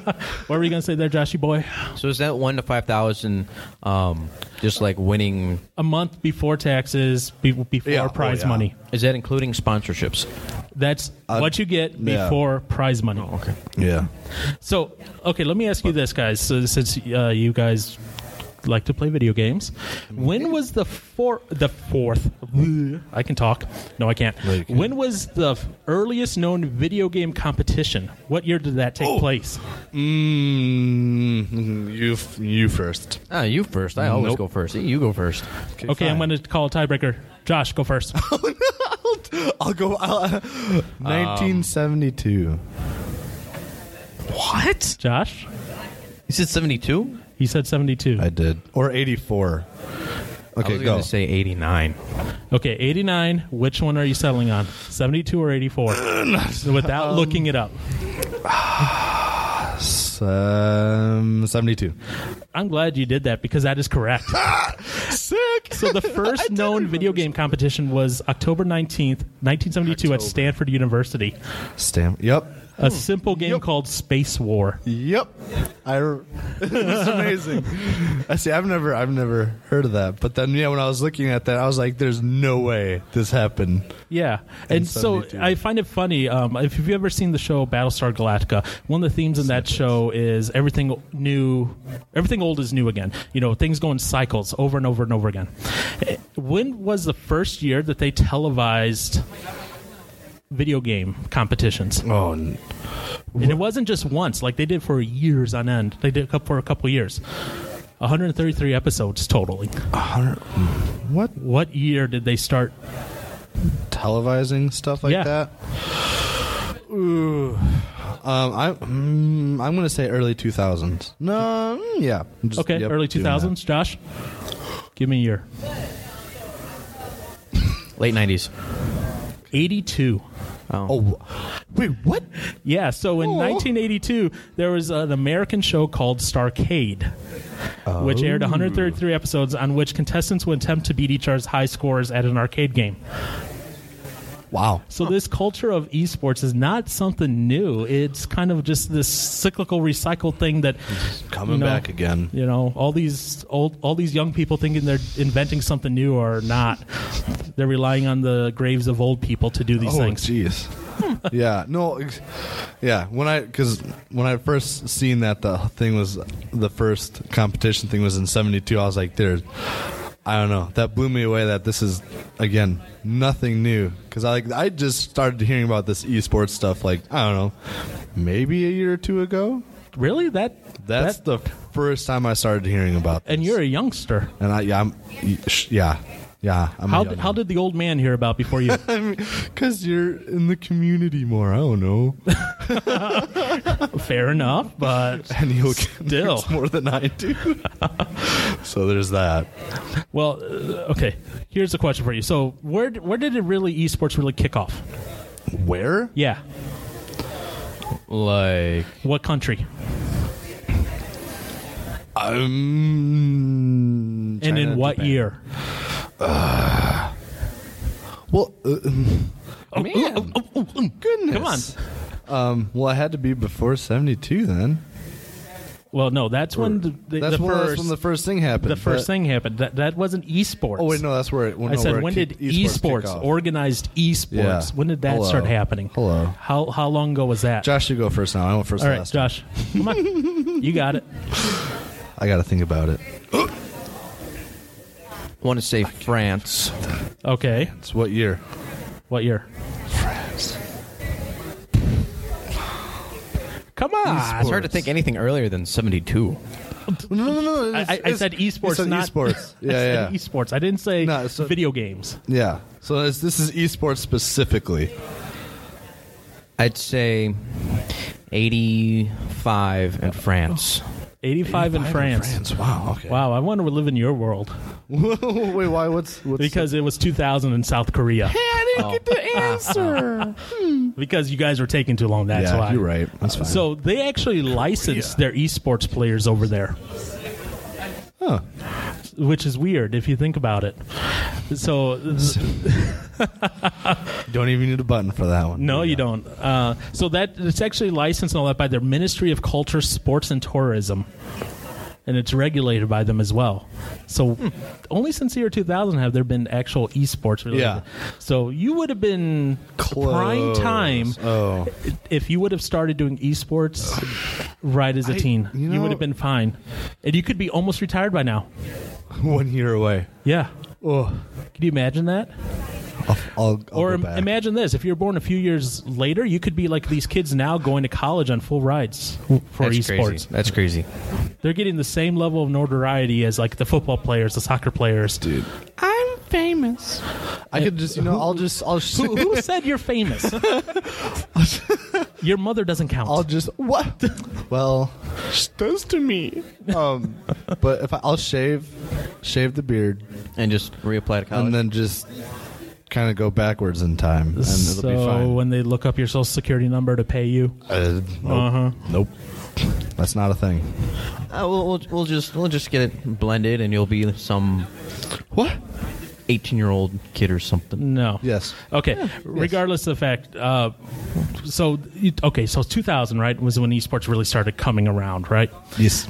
[SPEAKER 3] were you gonna say there, Joshy boy?
[SPEAKER 5] so is that one to 5,000 um, just like winning?
[SPEAKER 3] A month before taxes, be- before
[SPEAKER 4] Yeah, oh,
[SPEAKER 3] prize
[SPEAKER 4] yeah. Uh,
[SPEAKER 3] money.
[SPEAKER 5] Is that including sponsorships?
[SPEAKER 3] That's what you get
[SPEAKER 4] yeah. Oh,
[SPEAKER 3] before prize money. okay.
[SPEAKER 4] yeah.
[SPEAKER 3] So, okay, let me ask you this, guys. So, since uh, you guys like to play video games, when was the four the fourth? I can talk. No, I can't.
[SPEAKER 4] No, you can't.
[SPEAKER 3] When was the f- earliest known video game competition? What year did that take place?
[SPEAKER 4] Mm, you f- you first.
[SPEAKER 5] Ah, you first. I always
[SPEAKER 4] Nope.
[SPEAKER 5] go first. You go first.
[SPEAKER 3] Okay, I'm going to call a tiebreaker. Josh, go first.
[SPEAKER 4] I'll go. I'll, uh, Um, 1972.
[SPEAKER 5] What?
[SPEAKER 3] Josh,
[SPEAKER 5] You said 72?
[SPEAKER 3] he said 72.
[SPEAKER 4] I did, or 84.
[SPEAKER 5] I
[SPEAKER 4] Okay,
[SPEAKER 5] was
[SPEAKER 4] go.
[SPEAKER 5] to say 89.
[SPEAKER 3] Okay, 89. Which one are you settling on? 72 or 84? So Without looking it up.
[SPEAKER 4] um, 72.
[SPEAKER 3] I'm glad you did that because that is correct.
[SPEAKER 4] Sick.
[SPEAKER 3] So the first known video game competition was October 19th, 1972 at Stanford University.
[SPEAKER 4] Stamp. Yep.
[SPEAKER 3] A simple game called Space War.
[SPEAKER 4] Yep. I. re- it's amazing. I see. I've never. I've never heard of that. But then, yeah, when I was looking at that, I was like, "There's no way this happened."
[SPEAKER 3] Yeah. And, so
[SPEAKER 4] 72.
[SPEAKER 3] I find it funny. Um, if you've ever seen the show Battlestar Galactica, one of the themes in that show is everything new, everything old is new again. You know, things go in cycles over and over and over again. Eh, When was the first year that they televised video game competitions?
[SPEAKER 4] Oh, n-
[SPEAKER 3] And it wasn't just once, like they did for years on end. They did a coup- for a couple years. 133 episodes totaling.
[SPEAKER 4] hmm, what
[SPEAKER 3] What year did they start?
[SPEAKER 4] televising stuff like
[SPEAKER 3] Yeah.
[SPEAKER 4] that? Ooh, Um, I, mm, I'm going to say early 2000s. No, mm, yeah. Just-
[SPEAKER 3] Okay,
[SPEAKER 4] yep,
[SPEAKER 3] early
[SPEAKER 4] doing
[SPEAKER 3] 2000s. Josh, give me a year.
[SPEAKER 5] Late 90s.
[SPEAKER 3] 82.
[SPEAKER 4] that. Oh, wait, what?
[SPEAKER 3] Yeah, so in 1982, there was uh, an American show called Starcade, which
[SPEAKER 4] Oh.
[SPEAKER 3] aired 133 episodes on which contestants would attempt to beat each other's high scores at an arcade game.
[SPEAKER 4] Wow.
[SPEAKER 3] So this culture of esports is not something new. It's kind of just this cyclical, recycled thing that
[SPEAKER 4] Coming
[SPEAKER 3] you know,
[SPEAKER 4] back again.
[SPEAKER 3] You know, all these old, all these young people thinking they're inventing something new or not. They're relying on the graves of old people to do these
[SPEAKER 4] Oh,
[SPEAKER 3] things.
[SPEAKER 4] jeez.
[SPEAKER 3] Hmm.
[SPEAKER 4] yeah, no, ex- yeah. When I because when I first seen that the thing was the first competition thing was in '72, I was like, "There's, I don't know." That blew me away. That this is again nothing new because I like I just started hearing about this esports stuff like I don't know, maybe a year or two ago.
[SPEAKER 3] Really? That
[SPEAKER 4] That's
[SPEAKER 3] that-
[SPEAKER 4] the first time I started hearing about. This.
[SPEAKER 3] and you're a youngster.
[SPEAKER 4] and I yeah I'm, yeah yeah. I'm
[SPEAKER 3] How, how did the old man hear about before you?
[SPEAKER 4] because you're in the community more. I don't know.
[SPEAKER 3] Fair enough, but
[SPEAKER 4] and he'll get
[SPEAKER 3] Still.
[SPEAKER 4] it's more than I do. so there's that.
[SPEAKER 3] well, uh, okay. Here's a question for you. So, where d- where did it really esports really kick off?
[SPEAKER 4] Where?
[SPEAKER 3] Yeah,
[SPEAKER 5] Like,
[SPEAKER 3] what country?
[SPEAKER 4] Um,
[SPEAKER 3] and
[SPEAKER 4] China,
[SPEAKER 3] in what
[SPEAKER 4] Japan.
[SPEAKER 3] year?
[SPEAKER 4] Well, uh,
[SPEAKER 5] man.
[SPEAKER 4] goodness.
[SPEAKER 3] Come on.
[SPEAKER 4] Um, well, I had to be before '72 then.
[SPEAKER 3] Well, no, that's when the, the,
[SPEAKER 4] that's,
[SPEAKER 3] the
[SPEAKER 4] when, that's
[SPEAKER 3] first
[SPEAKER 4] when the first thing happened.
[SPEAKER 3] the first
[SPEAKER 4] but-
[SPEAKER 3] thing happened. That that wasn't esports.
[SPEAKER 4] Oh wait, no, that's where it. Well,
[SPEAKER 3] I
[SPEAKER 4] no, where
[SPEAKER 3] said,
[SPEAKER 4] it
[SPEAKER 3] when did
[SPEAKER 4] kicked-
[SPEAKER 3] esports,
[SPEAKER 4] kick off.
[SPEAKER 3] organized esports?
[SPEAKER 4] Yeah.
[SPEAKER 3] When did that
[SPEAKER 4] Hello.
[SPEAKER 3] start happening?
[SPEAKER 4] Hello.
[SPEAKER 3] How how long ago was that?
[SPEAKER 4] Josh, you go first now. I went first
[SPEAKER 3] All right,
[SPEAKER 4] last. time.
[SPEAKER 3] Josh, come on, you got it.
[SPEAKER 4] I got to think about it.
[SPEAKER 5] want to say France.
[SPEAKER 3] Okay,
[SPEAKER 4] It's what year?
[SPEAKER 3] what year? Come on.
[SPEAKER 5] Ah, It's hard to think anything earlier than 72.
[SPEAKER 4] No, no, no.
[SPEAKER 3] I-
[SPEAKER 4] it's-
[SPEAKER 3] I, I
[SPEAKER 4] it's-
[SPEAKER 3] said esports,
[SPEAKER 4] you said
[SPEAKER 3] not
[SPEAKER 4] esports.
[SPEAKER 3] I
[SPEAKER 4] Yeah,
[SPEAKER 3] said
[SPEAKER 4] yeah,
[SPEAKER 3] esports. I didn't say
[SPEAKER 4] No, so-
[SPEAKER 3] video games.
[SPEAKER 4] yeah. So it's, this is esports specifically.
[SPEAKER 5] I'd say 85 in France.
[SPEAKER 4] Oh,
[SPEAKER 3] 85, in France.
[SPEAKER 4] Wow. Okay.
[SPEAKER 3] Wow, I want to live in your world
[SPEAKER 4] Wait, why? What's what's
[SPEAKER 3] because it was 2000 in South Korea. Oh. Ah.
[SPEAKER 2] Answer.
[SPEAKER 3] because you guys were taking too long. That's
[SPEAKER 4] yeah,
[SPEAKER 3] why.
[SPEAKER 4] you're right. That's fine.
[SPEAKER 3] So they actually licensed their esports players over there. Which is weird if you think about it. So,
[SPEAKER 4] don't even need a button for that one.
[SPEAKER 3] no, you don't. Uh, so that it's actually licensed and all that by their Ministry of Culture, Sports, and Tourism, and it's regulated by them as well. So,
[SPEAKER 4] Hmm.
[SPEAKER 3] only since the year 2000 have there been actual esports. Related.
[SPEAKER 4] Yeah.
[SPEAKER 3] So you would have been prime
[SPEAKER 4] Close.
[SPEAKER 3] time
[SPEAKER 4] Oh,
[SPEAKER 3] if you would have started doing esports right as a
[SPEAKER 4] I-
[SPEAKER 3] teen,
[SPEAKER 4] you
[SPEAKER 3] you,
[SPEAKER 4] know-
[SPEAKER 3] would have been fine, and you could be almost retired by now.
[SPEAKER 4] one year away.
[SPEAKER 3] Yeah.
[SPEAKER 4] Oh,
[SPEAKER 3] Can you imagine that?
[SPEAKER 4] I'll, I'll, I'll
[SPEAKER 3] or
[SPEAKER 4] go
[SPEAKER 3] im-
[SPEAKER 4] back.
[SPEAKER 3] imagine this: if you're born a few years later, you could be like these kids now, going to college on full rides for
[SPEAKER 5] That's
[SPEAKER 3] esports.
[SPEAKER 5] crazy. That's crazy.
[SPEAKER 3] They're getting the same level of notoriety as like the football players, the soccer players.
[SPEAKER 4] dude. I'm famous. I could just, you know, I'll just, I'll, sh-
[SPEAKER 3] Who, who said you're famous? Your mother doesn't count.
[SPEAKER 4] I'll just what? well, she does to me. Um, but if I, I'll shave, shave the beard,
[SPEAKER 5] And just reapply to college.
[SPEAKER 4] and then just kind of go backwards in time, and it'll be
[SPEAKER 3] so
[SPEAKER 4] fine.
[SPEAKER 3] when they look up your social security number to pay you,
[SPEAKER 4] uh, nope.
[SPEAKER 3] Uh-huh.
[SPEAKER 4] Nope. That's not a thing.
[SPEAKER 5] Uh, we'll, we'll, we'll just we'll just get it blended, and you'll be some
[SPEAKER 4] What?
[SPEAKER 5] eighteen-year-old kid or something.
[SPEAKER 3] no.
[SPEAKER 4] Yes.
[SPEAKER 3] Okay. Regardless of the fact, uh, so you- okay, so 2000, right, was when esports really started coming around, right?
[SPEAKER 4] Yes.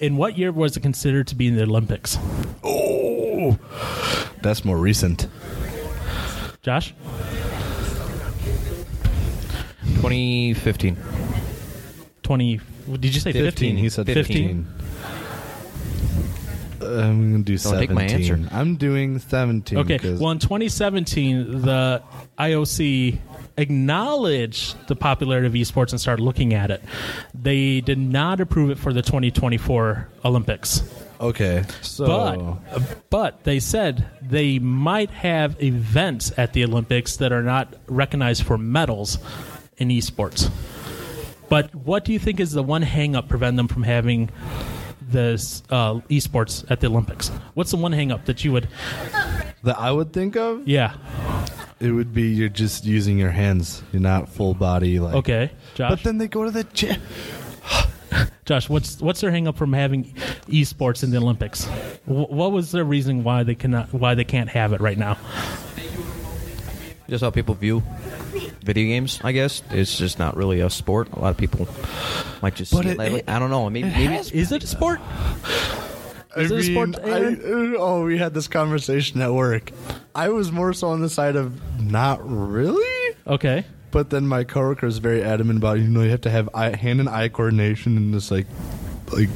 [SPEAKER 3] In what year was it considered to be in the Olympics?
[SPEAKER 4] Oh, that's more recent.
[SPEAKER 3] Josh,
[SPEAKER 5] Twenty fifteen.
[SPEAKER 3] 20? Did you say 15?
[SPEAKER 4] 15. He said
[SPEAKER 3] 15.
[SPEAKER 4] 15. I'm going to do
[SPEAKER 5] Don't
[SPEAKER 4] 17.
[SPEAKER 5] take my answer.
[SPEAKER 4] I'm doing 17.
[SPEAKER 3] Okay.
[SPEAKER 4] 'cause-
[SPEAKER 3] Well, in 2017, the IOC acknowledged the popularity of esports and started looking at it. They did not approve it for the 2024 Olympics.
[SPEAKER 4] okay. So, Oh.
[SPEAKER 3] But but they said they might have events at the Olympics that are not recognized for medals in esports. But what do you think is the one hang up prevent them from having this uh, esports at the Olympics? What's the one hang up that you would,
[SPEAKER 4] That I would think of
[SPEAKER 3] yeah,
[SPEAKER 4] it would be you're just using your hands. You're not full body like
[SPEAKER 3] okay, Josh?
[SPEAKER 4] But then they go to the gym.
[SPEAKER 3] Josh, what's what's their hang up from having esports in the Olympics? Wh- what was their reason why they cannot why they can't have it right now?
[SPEAKER 5] Just how people view video games, I guess. It's just not really a sport. A lot of people might just
[SPEAKER 4] But
[SPEAKER 5] see it,
[SPEAKER 4] it-
[SPEAKER 5] lightly.
[SPEAKER 4] it-
[SPEAKER 5] I don't know. Maybe, maybe
[SPEAKER 3] Is it a sport? Is
[SPEAKER 4] I
[SPEAKER 3] it a sport,
[SPEAKER 4] mean, I- oh, we had this conversation at work. I was more so on the side of not really.
[SPEAKER 3] Okay.
[SPEAKER 4] But then my coworker is very adamant about you know you have to have eye, hand and eye coordination and this like like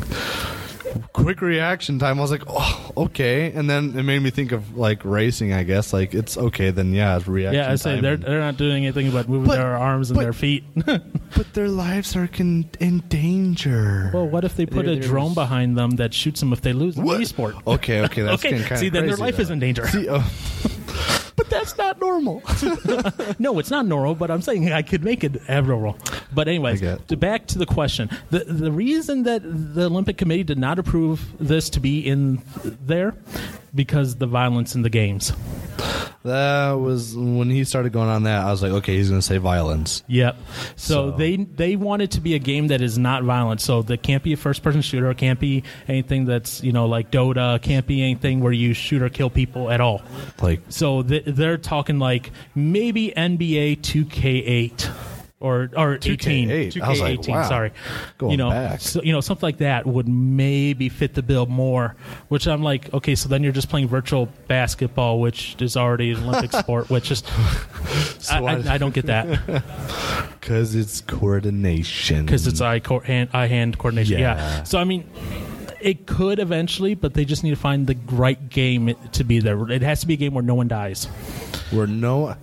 [SPEAKER 4] quick reaction time. I was like, oh, okay. And then it made me think of like racing. I guess like it's okay. Then yeah, it's reaction.
[SPEAKER 3] Yeah, I say
[SPEAKER 4] time
[SPEAKER 3] they're
[SPEAKER 4] and-
[SPEAKER 3] they're not doing anything but moving
[SPEAKER 4] But-
[SPEAKER 3] their arms and
[SPEAKER 4] but-
[SPEAKER 3] their feet.
[SPEAKER 4] but their lives are con- in danger.
[SPEAKER 3] well, what if they put a
[SPEAKER 5] they're
[SPEAKER 3] drone
[SPEAKER 5] just-
[SPEAKER 3] behind them that shoots them if they lose an
[SPEAKER 4] What?
[SPEAKER 3] esport?
[SPEAKER 4] Okay, okay, that's
[SPEAKER 3] okay.
[SPEAKER 4] kind of
[SPEAKER 3] See, then their life
[SPEAKER 4] is
[SPEAKER 3] is in danger.
[SPEAKER 4] but that's not normal.
[SPEAKER 3] No, it's not normal, but I'm saying I could make it abnormal. But anyways,
[SPEAKER 4] I get-
[SPEAKER 3] to back to the question. The the reason that the Olympic Committee did not approve this to be in there because the violence in the games.
[SPEAKER 4] that was when he started going on that. I was like, okay, he's going to say violence.
[SPEAKER 3] Yep. So,
[SPEAKER 4] So-
[SPEAKER 3] they they want it to be a game that is not violent. So that can't be a first person shooter. It can't be anything that's you know like Dota. It Can't be anything where you shoot or kill people at all.
[SPEAKER 4] Like,
[SPEAKER 3] So th- they're talking like maybe NBA 2K8 or or 18,
[SPEAKER 4] 2K8.
[SPEAKER 3] 2K18,
[SPEAKER 4] I was like, wow.
[SPEAKER 3] sorry.
[SPEAKER 4] Going
[SPEAKER 3] you know,
[SPEAKER 4] back.
[SPEAKER 3] So, you know, something like that would maybe fit the bill more, which I'm like, okay, so then you're just playing virtual basketball, which is already an Olympic sport, which is I,
[SPEAKER 4] what?
[SPEAKER 3] I, I don't get that
[SPEAKER 4] because it's coordination.
[SPEAKER 3] because it's eye co- hand eye hand coordination. Yeah.
[SPEAKER 4] Yeah.
[SPEAKER 3] So I mean, it could eventually, but they just need to find the right game to be there. It has to be a game where no one dies.
[SPEAKER 4] we're no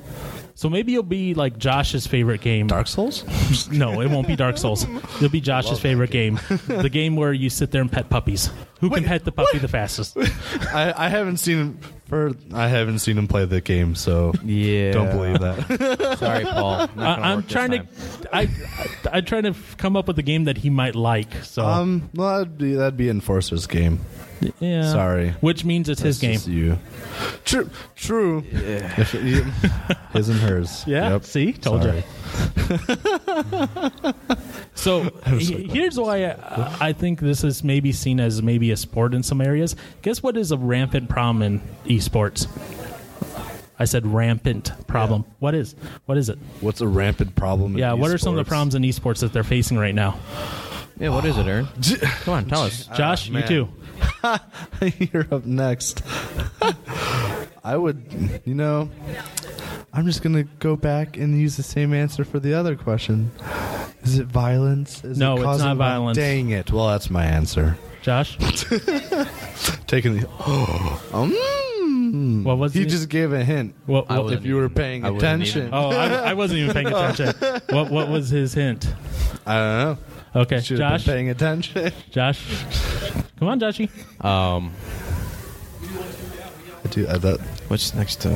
[SPEAKER 3] So maybe it'll be like Josh's favorite game.
[SPEAKER 4] Dark Souls.
[SPEAKER 3] No, it won't be Dark Souls. It'll be Josh's favorite game. The game where you sit there and pet puppies. Who can pet the puppy the fastest?
[SPEAKER 4] I, I haven't seen him for. I haven't seen him play the game, so
[SPEAKER 5] Yeah.
[SPEAKER 4] don't believe that.
[SPEAKER 5] Sorry, Paul. Not gonna
[SPEAKER 3] I, I'm
[SPEAKER 5] work this
[SPEAKER 3] trying to,
[SPEAKER 5] time.
[SPEAKER 3] I, I, I'm trying to f- come up with a game that he might like. So
[SPEAKER 4] um, well, that'd be that'd be Enforcer's game.
[SPEAKER 3] yeah,
[SPEAKER 4] sorry.
[SPEAKER 3] Which means it's his game.
[SPEAKER 4] It's you. True. True. If it- you- his and hers.
[SPEAKER 3] Yeah.
[SPEAKER 4] Yep.
[SPEAKER 3] See, told
[SPEAKER 4] Sorry.
[SPEAKER 3] you. So he- here's why I, I think this is maybe seen as maybe a sport in some areas. Guess what is a rampant problem in esports? I said rampant problem. What is? What is it?
[SPEAKER 4] What's a rampant problem? in
[SPEAKER 3] Yeah. What are some of the
[SPEAKER 4] esports?
[SPEAKER 3] problems in esports that they're facing right now?
[SPEAKER 5] Yeah, what is it, Aaron? Come on, tell us.
[SPEAKER 3] Josh, you
[SPEAKER 4] Uh, Oh, man.
[SPEAKER 3] too.
[SPEAKER 4] You're up next. I would, you know, I'm just gonna go back and use the same answer for the other question. Is it violence? Is
[SPEAKER 3] No,
[SPEAKER 4] it
[SPEAKER 3] it's
[SPEAKER 4] causing
[SPEAKER 3] not
[SPEAKER 4] vi-
[SPEAKER 3] violence.
[SPEAKER 4] Dang it! Well, that's my answer.
[SPEAKER 3] Josh,
[SPEAKER 4] Taking the. Mm.
[SPEAKER 3] What was
[SPEAKER 4] he
[SPEAKER 3] it?
[SPEAKER 4] just gave a hint?
[SPEAKER 3] what?
[SPEAKER 5] I
[SPEAKER 3] what-
[SPEAKER 5] was-
[SPEAKER 4] If you were paying
[SPEAKER 5] I wouldn't even-
[SPEAKER 4] attention,
[SPEAKER 3] oh, I, I wasn't even paying
[SPEAKER 4] Oh.
[SPEAKER 3] attention. what? What was his hint?
[SPEAKER 4] I don't know.
[SPEAKER 3] Okay,
[SPEAKER 4] Should have
[SPEAKER 3] Oh. Josh.
[SPEAKER 4] been paying attention.
[SPEAKER 3] Josh, come on, Joshy.
[SPEAKER 5] Um,
[SPEAKER 4] Dude, I thought
[SPEAKER 5] what's next to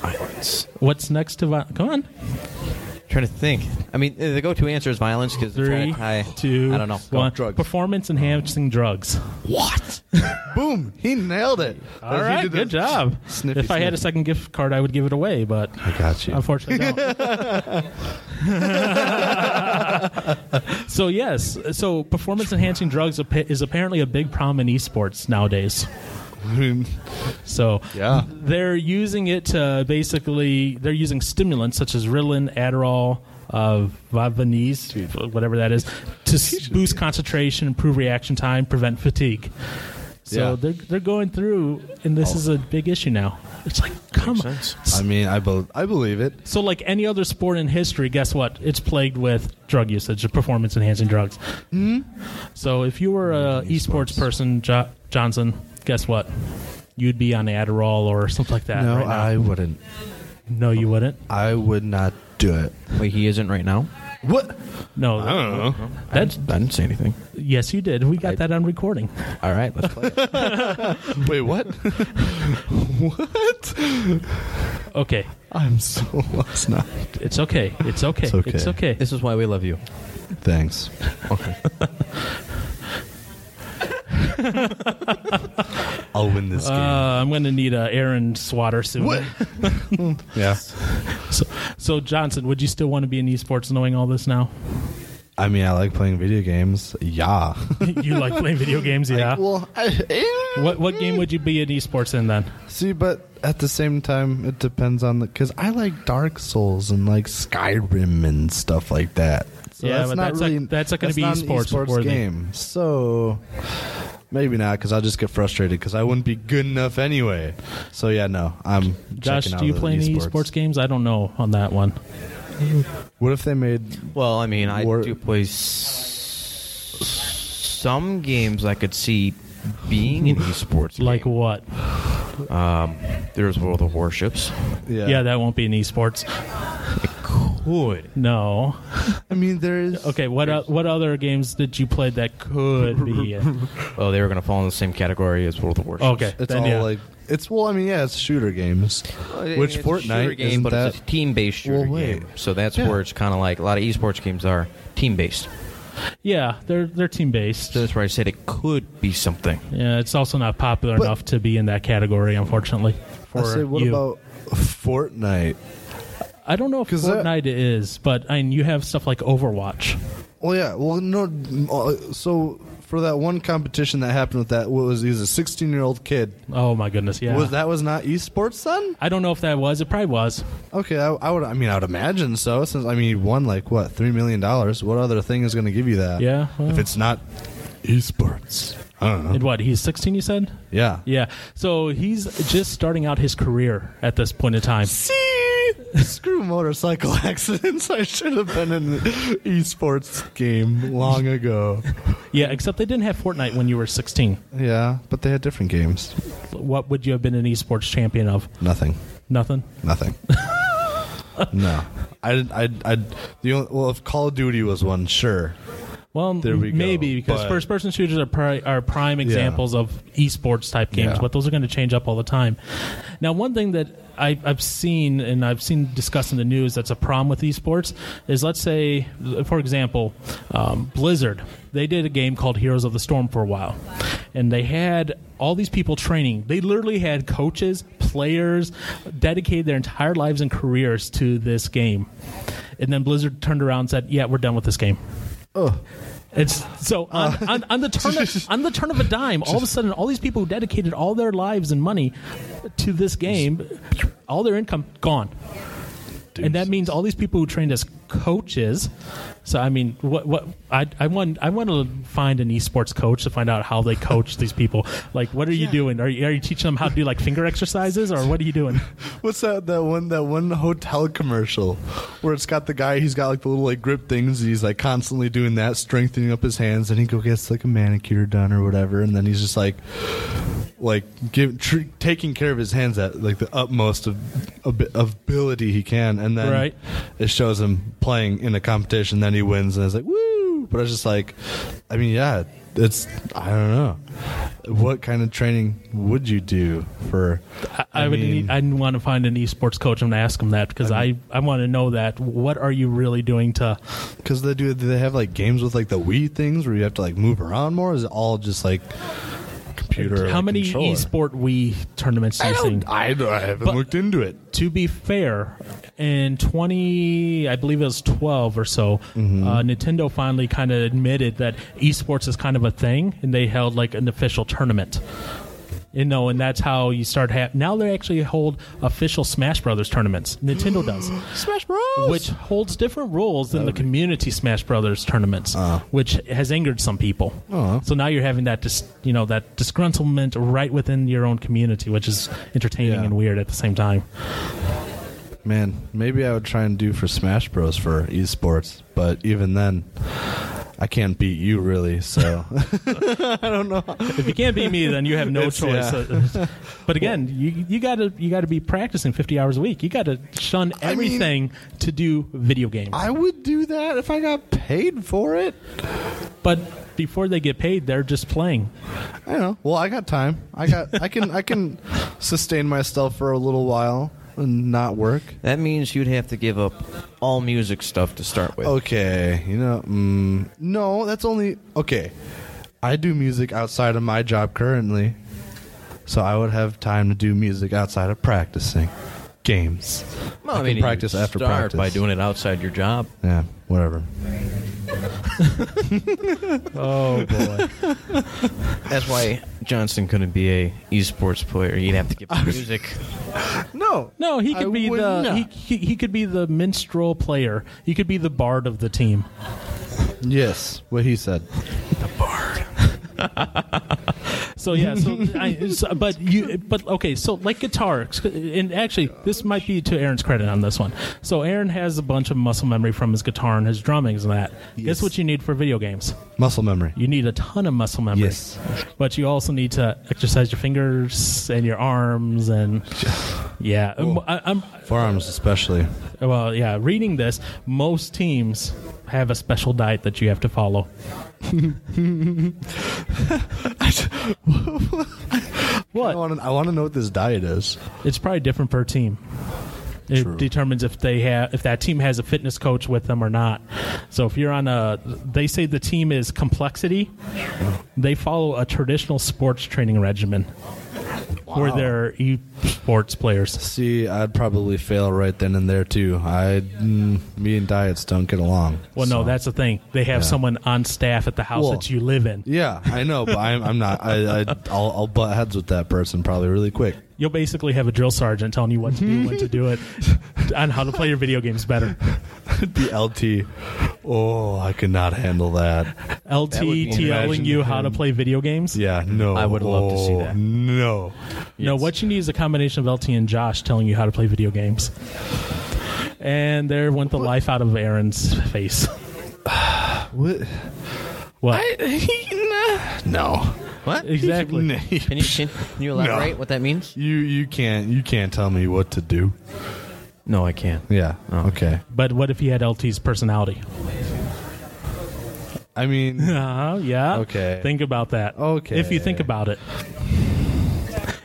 [SPEAKER 5] violence?
[SPEAKER 3] What's next to? Vi- come on.
[SPEAKER 5] trying to think. I mean, uh, the go-to answer is violence because
[SPEAKER 3] Three,
[SPEAKER 5] I,
[SPEAKER 3] two,
[SPEAKER 5] I don't know.
[SPEAKER 3] one.
[SPEAKER 4] drugs.
[SPEAKER 3] Performance enhancing drugs.
[SPEAKER 4] what? Boom! He nailed it.
[SPEAKER 3] All right, good job.
[SPEAKER 4] Sniffy
[SPEAKER 3] if I had a Oh,
[SPEAKER 4] sniff.
[SPEAKER 3] second gift card, I would give it away, but
[SPEAKER 4] I got you.
[SPEAKER 3] unfortunately, I don't. so yes, so performance enhancing drugs ap- is apparently a big problem in esports nowadays. So
[SPEAKER 4] Yeah.
[SPEAKER 3] they're using it to basically they're using stimulants such as Ritalin, Adderall, uh, Vavanese, whatever that is, to s- boost concentration, improve reaction time, prevent fatigue. So
[SPEAKER 4] Yeah. Oh.
[SPEAKER 3] they're they're going through, and this is a big issue now. It's like come on.
[SPEAKER 4] I mean, I, bel I believe it.
[SPEAKER 3] So like any other sport in history, guess what? It's plagued with drug usage, performance enhancing drugs. Mm-hmm. So if you were a esports person, jo- Johnson, guess what? You'd be on Adderall or something like that.
[SPEAKER 4] No,
[SPEAKER 3] right now.
[SPEAKER 4] I wouldn't.
[SPEAKER 3] No, you wouldn't.
[SPEAKER 4] I would not do it.
[SPEAKER 5] Wait, he isn't right now.
[SPEAKER 4] What?
[SPEAKER 3] No,
[SPEAKER 4] don't know.
[SPEAKER 3] that's
[SPEAKER 5] I didn't say anything.
[SPEAKER 3] yes, you did. We got
[SPEAKER 5] I-
[SPEAKER 3] that on recording.
[SPEAKER 5] All right, let's play. It.
[SPEAKER 4] Wait, what?
[SPEAKER 3] Okay,
[SPEAKER 4] I'm so lost now.
[SPEAKER 3] It's okay. It's okay. It's
[SPEAKER 4] okay.
[SPEAKER 3] okay. It's okay.
[SPEAKER 5] This is why we love you.
[SPEAKER 4] Thanks. I'll win this
[SPEAKER 3] Uh, I'm going to need a Aaron swatter soon.
[SPEAKER 4] Yeah.
[SPEAKER 3] So, so Johnson, would you still want to be in esports knowing all this now?
[SPEAKER 4] I mean, I like playing video games. Yeah.
[SPEAKER 3] you like playing video games, yeah?
[SPEAKER 4] well, I, eh,
[SPEAKER 3] what what game would you be in esports in then?
[SPEAKER 4] See, but at the same time, it depends on the because I like Dark Souls and like Skyrim and stuff like that. So
[SPEAKER 3] Yeah,
[SPEAKER 4] that's
[SPEAKER 3] but
[SPEAKER 4] not
[SPEAKER 3] that's, like-
[SPEAKER 4] really
[SPEAKER 3] that's not gonna be
[SPEAKER 4] an
[SPEAKER 3] esports worthy.
[SPEAKER 4] game. So maybe not because I'll just get frustrated because I wouldn't be good enough anyway. So yeah, no, I'm.
[SPEAKER 3] Josh,
[SPEAKER 4] checking out
[SPEAKER 3] do you
[SPEAKER 4] of
[SPEAKER 3] play any esports games? I don't know on that one.
[SPEAKER 4] What if they made?
[SPEAKER 5] Well, I mean, I
[SPEAKER 4] War-
[SPEAKER 5] do play s- some games I could see being in esports.
[SPEAKER 3] Like
[SPEAKER 5] game.
[SPEAKER 3] what?
[SPEAKER 5] there's World of Warships.
[SPEAKER 4] Yeah,
[SPEAKER 3] Yeah, that won't be in esports.
[SPEAKER 5] Would
[SPEAKER 3] No.
[SPEAKER 4] I mean there is.
[SPEAKER 3] Okay, what o- what other games did you play that could be in?
[SPEAKER 5] oh, they were gonna fall in the same category as World of Warships.
[SPEAKER 3] Okay.
[SPEAKER 4] It's
[SPEAKER 3] then
[SPEAKER 4] all
[SPEAKER 3] yeah.
[SPEAKER 4] like it's well. I mean, yeah, it's shooter games. Oh, Which
[SPEAKER 5] it's a
[SPEAKER 4] Fortnite
[SPEAKER 5] shooter game,
[SPEAKER 4] isn't
[SPEAKER 5] but
[SPEAKER 4] that?
[SPEAKER 5] it's a team-based shooter
[SPEAKER 4] Well, wait.
[SPEAKER 5] game. So that's
[SPEAKER 4] Yeah.
[SPEAKER 5] where it's kind of like a lot of esports games are team-based.
[SPEAKER 3] Yeah, they're they're team based.
[SPEAKER 5] So that's where I said it could be something.
[SPEAKER 3] Yeah, it's also not popular enough to be in that category, unfortunately. For
[SPEAKER 4] I say, what
[SPEAKER 3] you.
[SPEAKER 4] about Fortnite?
[SPEAKER 3] I don't know if
[SPEAKER 4] 'Cause that-
[SPEAKER 3] Fortnite is, but I mean, you have stuff like Overwatch.
[SPEAKER 4] Well, yeah. Well, no. uh, So for that one competition that happened with that, what was he was a 16 year old kid?
[SPEAKER 3] Oh my goodness, yeah.
[SPEAKER 4] Was that was not esports then?
[SPEAKER 3] I don't know if that was. It probably was.
[SPEAKER 4] Okay, I, I would. I mean, I would imagine so. Since I mean, he won like what three million dollars. What other thing is going to give you that?
[SPEAKER 3] Yeah, well.
[SPEAKER 4] if it's not esports, I don't know.
[SPEAKER 3] And what? He's 16, you said?
[SPEAKER 4] yeah.
[SPEAKER 3] Yeah. So he's just starting out his career at this point in time.
[SPEAKER 4] See, screw motorcycle accidents. I should have been in the esports game long ago.
[SPEAKER 3] Yeah, except they didn't have Fortnite when you were 16.
[SPEAKER 4] Yeah, but they had different games.
[SPEAKER 3] What would you have been an esports champion of?
[SPEAKER 4] Nothing.
[SPEAKER 3] Nothing.
[SPEAKER 4] Nothing. no, I didn't. I, I the only, well, if Call of Duty was one, sure.
[SPEAKER 3] Well,
[SPEAKER 4] There we go.
[SPEAKER 3] maybe because
[SPEAKER 4] But-
[SPEAKER 3] first-person shooters are, pri- are prime examples of esports type games,
[SPEAKER 4] Yeah.
[SPEAKER 3] but those are going to change up all the time. Now, one thing that I, I've seen and I've seen discussed in the news that's a problem with esports is, let's say, for example, um, Blizzard. They did a game called Heroes of the Storm for a while, and they had all these people training. They literally had coaches, players, dedicated their entire lives and careers to this game. And then Blizzard turned around and said, "Yeah, we're done with this game." It's so on, on, on the turn of, on the turn of a dime, all of a sudden, all these people who dedicated all their lives and money to this game, all their income gone, and that means all these people who trained as coaches. So I mean, what what I I want I want to find an esports coach to find out how they coach these people. Like, what are you doing? Are you, are you teaching them how to do like finger exercises, or what are you doing?
[SPEAKER 4] What's that? That one? That one hotel commercial where it's got the guy. He's got like the little like grip things. And he's like constantly doing that, strengthening up his hands, and he go gets like a manicure done or whatever, and then he's just like. Like give, tr- taking care of his hands at like the utmost of, ab ability he can, and then
[SPEAKER 3] Right.
[SPEAKER 4] it shows him playing in a competition. Then he wins, and it's like woo! But I was just like, I mean, yeah, it's I don't know, what kind of training would you do for?
[SPEAKER 3] I, I, would
[SPEAKER 4] mean-
[SPEAKER 3] need, I want to find an esports coach. I'm going to ask them that because I, I want to know that. What are you really doing to
[SPEAKER 4] Because they do, do they have like games with like the Wii things where you have to like move around more? Or is it all just like computer?
[SPEAKER 3] How
[SPEAKER 4] like,
[SPEAKER 3] many
[SPEAKER 4] controller?
[SPEAKER 3] esport Wii tournaments do
[SPEAKER 4] I
[SPEAKER 3] you
[SPEAKER 4] don't.
[SPEAKER 3] think?
[SPEAKER 4] I, don't- I haven't
[SPEAKER 3] But-
[SPEAKER 4] looked into it.
[SPEAKER 3] To be fair, in 20, I believe it was 12 or so,
[SPEAKER 4] Mm-hmm.
[SPEAKER 3] uh, Nintendo finally kind of admitted that esports is kind of a thing, and they held like an official tournament. You know, and that's how you start. Ha- now they actually hold official Smash Brothers tournaments. Nintendo does.
[SPEAKER 4] Smash Bros.
[SPEAKER 3] which holds different rules than the community Smash Brothers tournaments,
[SPEAKER 4] Ah.
[SPEAKER 3] which has angered some people. So now you're having that, dis- you know, that disgruntlement right within your own community, which is entertaining
[SPEAKER 4] Yeah.
[SPEAKER 3] and weird at the same time.
[SPEAKER 4] man, maybe I would try and do for Smash Bros. for esports, but even then, I can't beat you really. So
[SPEAKER 3] If you can't beat me, then you have no
[SPEAKER 4] It's-
[SPEAKER 3] choice. but again, you you gotta you gotta be practicing 50 hours a week. You gotta shun
[SPEAKER 4] I mean-
[SPEAKER 3] everything to do video games.
[SPEAKER 4] I would do that if I got paid for it.
[SPEAKER 3] but before they get paid, they're just playing.
[SPEAKER 4] I don't know. Well, I got time. I got. I can. I can sustain myself for a little while. and not work?
[SPEAKER 5] That means you'd have to give up all music stuff to start with.
[SPEAKER 4] Okay, you know, mm, no, that's only okay. I do music outside of my job currently, so I would have time to do music outside of practicing games.
[SPEAKER 5] Well,
[SPEAKER 4] I can
[SPEAKER 5] you
[SPEAKER 4] practice
[SPEAKER 5] could
[SPEAKER 4] after
[SPEAKER 5] start
[SPEAKER 4] practice.
[SPEAKER 5] by doing it outside your job.
[SPEAKER 4] Yeah, whatever.
[SPEAKER 3] Oh boy.
[SPEAKER 5] That's why Johnson couldn't be a esports player. He'd have to give up music.
[SPEAKER 4] No,
[SPEAKER 3] No, he
[SPEAKER 4] I
[SPEAKER 3] could be
[SPEAKER 4] would
[SPEAKER 3] the
[SPEAKER 4] not.
[SPEAKER 3] he, he, he could be the minstrel player. He could be the bard of the team.
[SPEAKER 4] Yes, what he said.
[SPEAKER 3] So yeah, so, I, so but you but okay, so like guitar, and actually this might be to Aaron's credit on this one. So Aaron has a bunch of muscle memory from his guitar and his drummings and that. Guess
[SPEAKER 4] Yes.
[SPEAKER 3] what you need for video games?
[SPEAKER 4] Muscle memory.
[SPEAKER 3] You need a ton of muscle memory.
[SPEAKER 4] Yes.
[SPEAKER 3] But you also need to exercise your fingers and your arms and yeah. Um, I, I'm
[SPEAKER 4] Forearms, especially.
[SPEAKER 3] well, yeah. Reading this, most teams have a special diet that you have to follow.
[SPEAKER 4] I
[SPEAKER 3] what?
[SPEAKER 4] want to. I want to know what this diet is.
[SPEAKER 3] It's probably different per team. It
[SPEAKER 4] True.
[SPEAKER 3] determines if they have if that team has a fitness coach with them or not. So if you're on a, they say the team is complexity. They follow a traditional sports training regimen, where they're e sports players.
[SPEAKER 4] See, I'd probably fail right then and there too. I, mm, me and diets don't get along.
[SPEAKER 3] Well, no,
[SPEAKER 4] so-
[SPEAKER 3] that's the thing. They have someone on staff at the house
[SPEAKER 4] Well,
[SPEAKER 3] that you live in.
[SPEAKER 4] Yeah, I know, but I'm, I'm not. I, I I'll, I'll butt heads with that person probably really quick.
[SPEAKER 3] You'll basically have a drill sergeant telling you what to do, when to do it, on how to play your video games better.
[SPEAKER 4] The LT. Oh, I could not handle that.
[SPEAKER 5] That would be-
[SPEAKER 3] LT telling
[SPEAKER 4] Imagine
[SPEAKER 3] you how to
[SPEAKER 4] him.
[SPEAKER 3] play video games.
[SPEAKER 4] Yeah, no.
[SPEAKER 5] I would love to see
[SPEAKER 4] Oh,
[SPEAKER 5] that.
[SPEAKER 4] No.
[SPEAKER 3] No, what you need is a combination of LT and Josh telling you how to play video games. And there went the life out of Aaron's face.
[SPEAKER 4] What?
[SPEAKER 3] What?
[SPEAKER 4] No.
[SPEAKER 5] What?
[SPEAKER 3] exactly.
[SPEAKER 5] Can you, can you elaborate what that means?
[SPEAKER 4] You you can't you can't tell me what to do.
[SPEAKER 5] No, I can't.
[SPEAKER 4] Yeah.
[SPEAKER 5] Oh.
[SPEAKER 4] Okay.
[SPEAKER 3] But what if he had LT's personality?
[SPEAKER 4] I mean,
[SPEAKER 3] Uh, yeah.
[SPEAKER 4] Okay.
[SPEAKER 3] Think about that.
[SPEAKER 4] Okay.
[SPEAKER 3] If you think about it.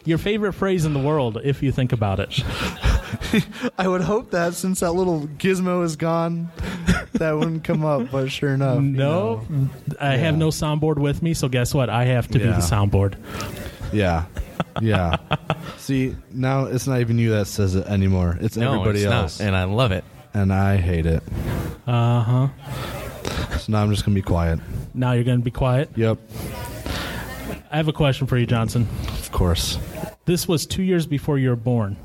[SPEAKER 3] Your favorite phrase in the world, if you think about it.
[SPEAKER 4] I would hope that since that little gizmo is gone, that wouldn't come up. But sure enough, you know.
[SPEAKER 3] No, I have no soundboard with me, so guess what? I have to be
[SPEAKER 4] Yeah.
[SPEAKER 3] the soundboard.
[SPEAKER 4] Yeah. Yeah. See, now it's not even you that says it anymore. It's
[SPEAKER 5] No,
[SPEAKER 4] everybody
[SPEAKER 5] it's not,
[SPEAKER 4] else.
[SPEAKER 5] and I love it.
[SPEAKER 4] and I hate it.
[SPEAKER 3] Uh huh.
[SPEAKER 4] So now I'm just gonna be quiet.
[SPEAKER 3] Now you're going to be quiet.
[SPEAKER 4] Yep,
[SPEAKER 3] I have a question for you, Johnson.
[SPEAKER 4] of course.
[SPEAKER 3] This was two years before you were born.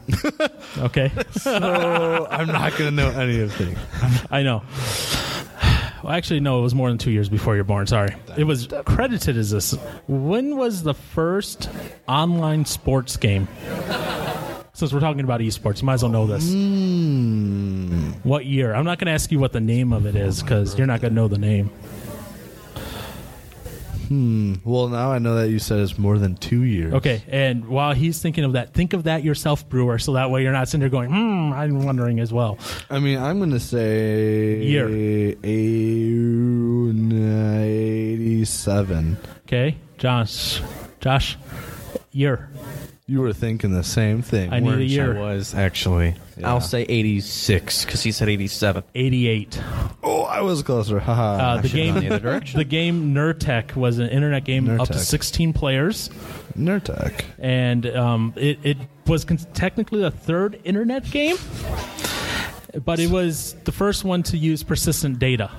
[SPEAKER 3] okay,
[SPEAKER 4] So I'm not gonna know any of things.
[SPEAKER 3] I know. Well, actually, no, it was more than two years before you were born. Sorry. It was credited as this. When was the first online sports game? Since we're talking about esports, you might as well know this. What year? I'm not going to ask you what the name of it is because you're not going to know the name.
[SPEAKER 4] Well, now I know that you said it's more than two years.
[SPEAKER 3] Okay, and while he's thinking of that, think of that yourself, Brewer, so that way you're not sitting there going, hmm, I'm wondering as well.
[SPEAKER 4] I mean, I'm gonna say
[SPEAKER 3] Year.
[SPEAKER 4] eighty-seven.
[SPEAKER 3] Okay, Josh. Josh, year.
[SPEAKER 4] You were thinking the same thing.
[SPEAKER 3] I need a
[SPEAKER 4] weren't you?
[SPEAKER 3] year.
[SPEAKER 5] was actually. I'll say 86 because he said 87.
[SPEAKER 3] 88.
[SPEAKER 4] Oh, I was closer. Haha.
[SPEAKER 3] Uh, the game,
[SPEAKER 5] Oh, gone the other direction.
[SPEAKER 3] the game Nerdtech was an internet game up to
[SPEAKER 4] Nerdtech.
[SPEAKER 3] 16 players,
[SPEAKER 4] Nerdtech.
[SPEAKER 3] and um, it, it was con- technically the third internet game, but it was the first one to use persistent data.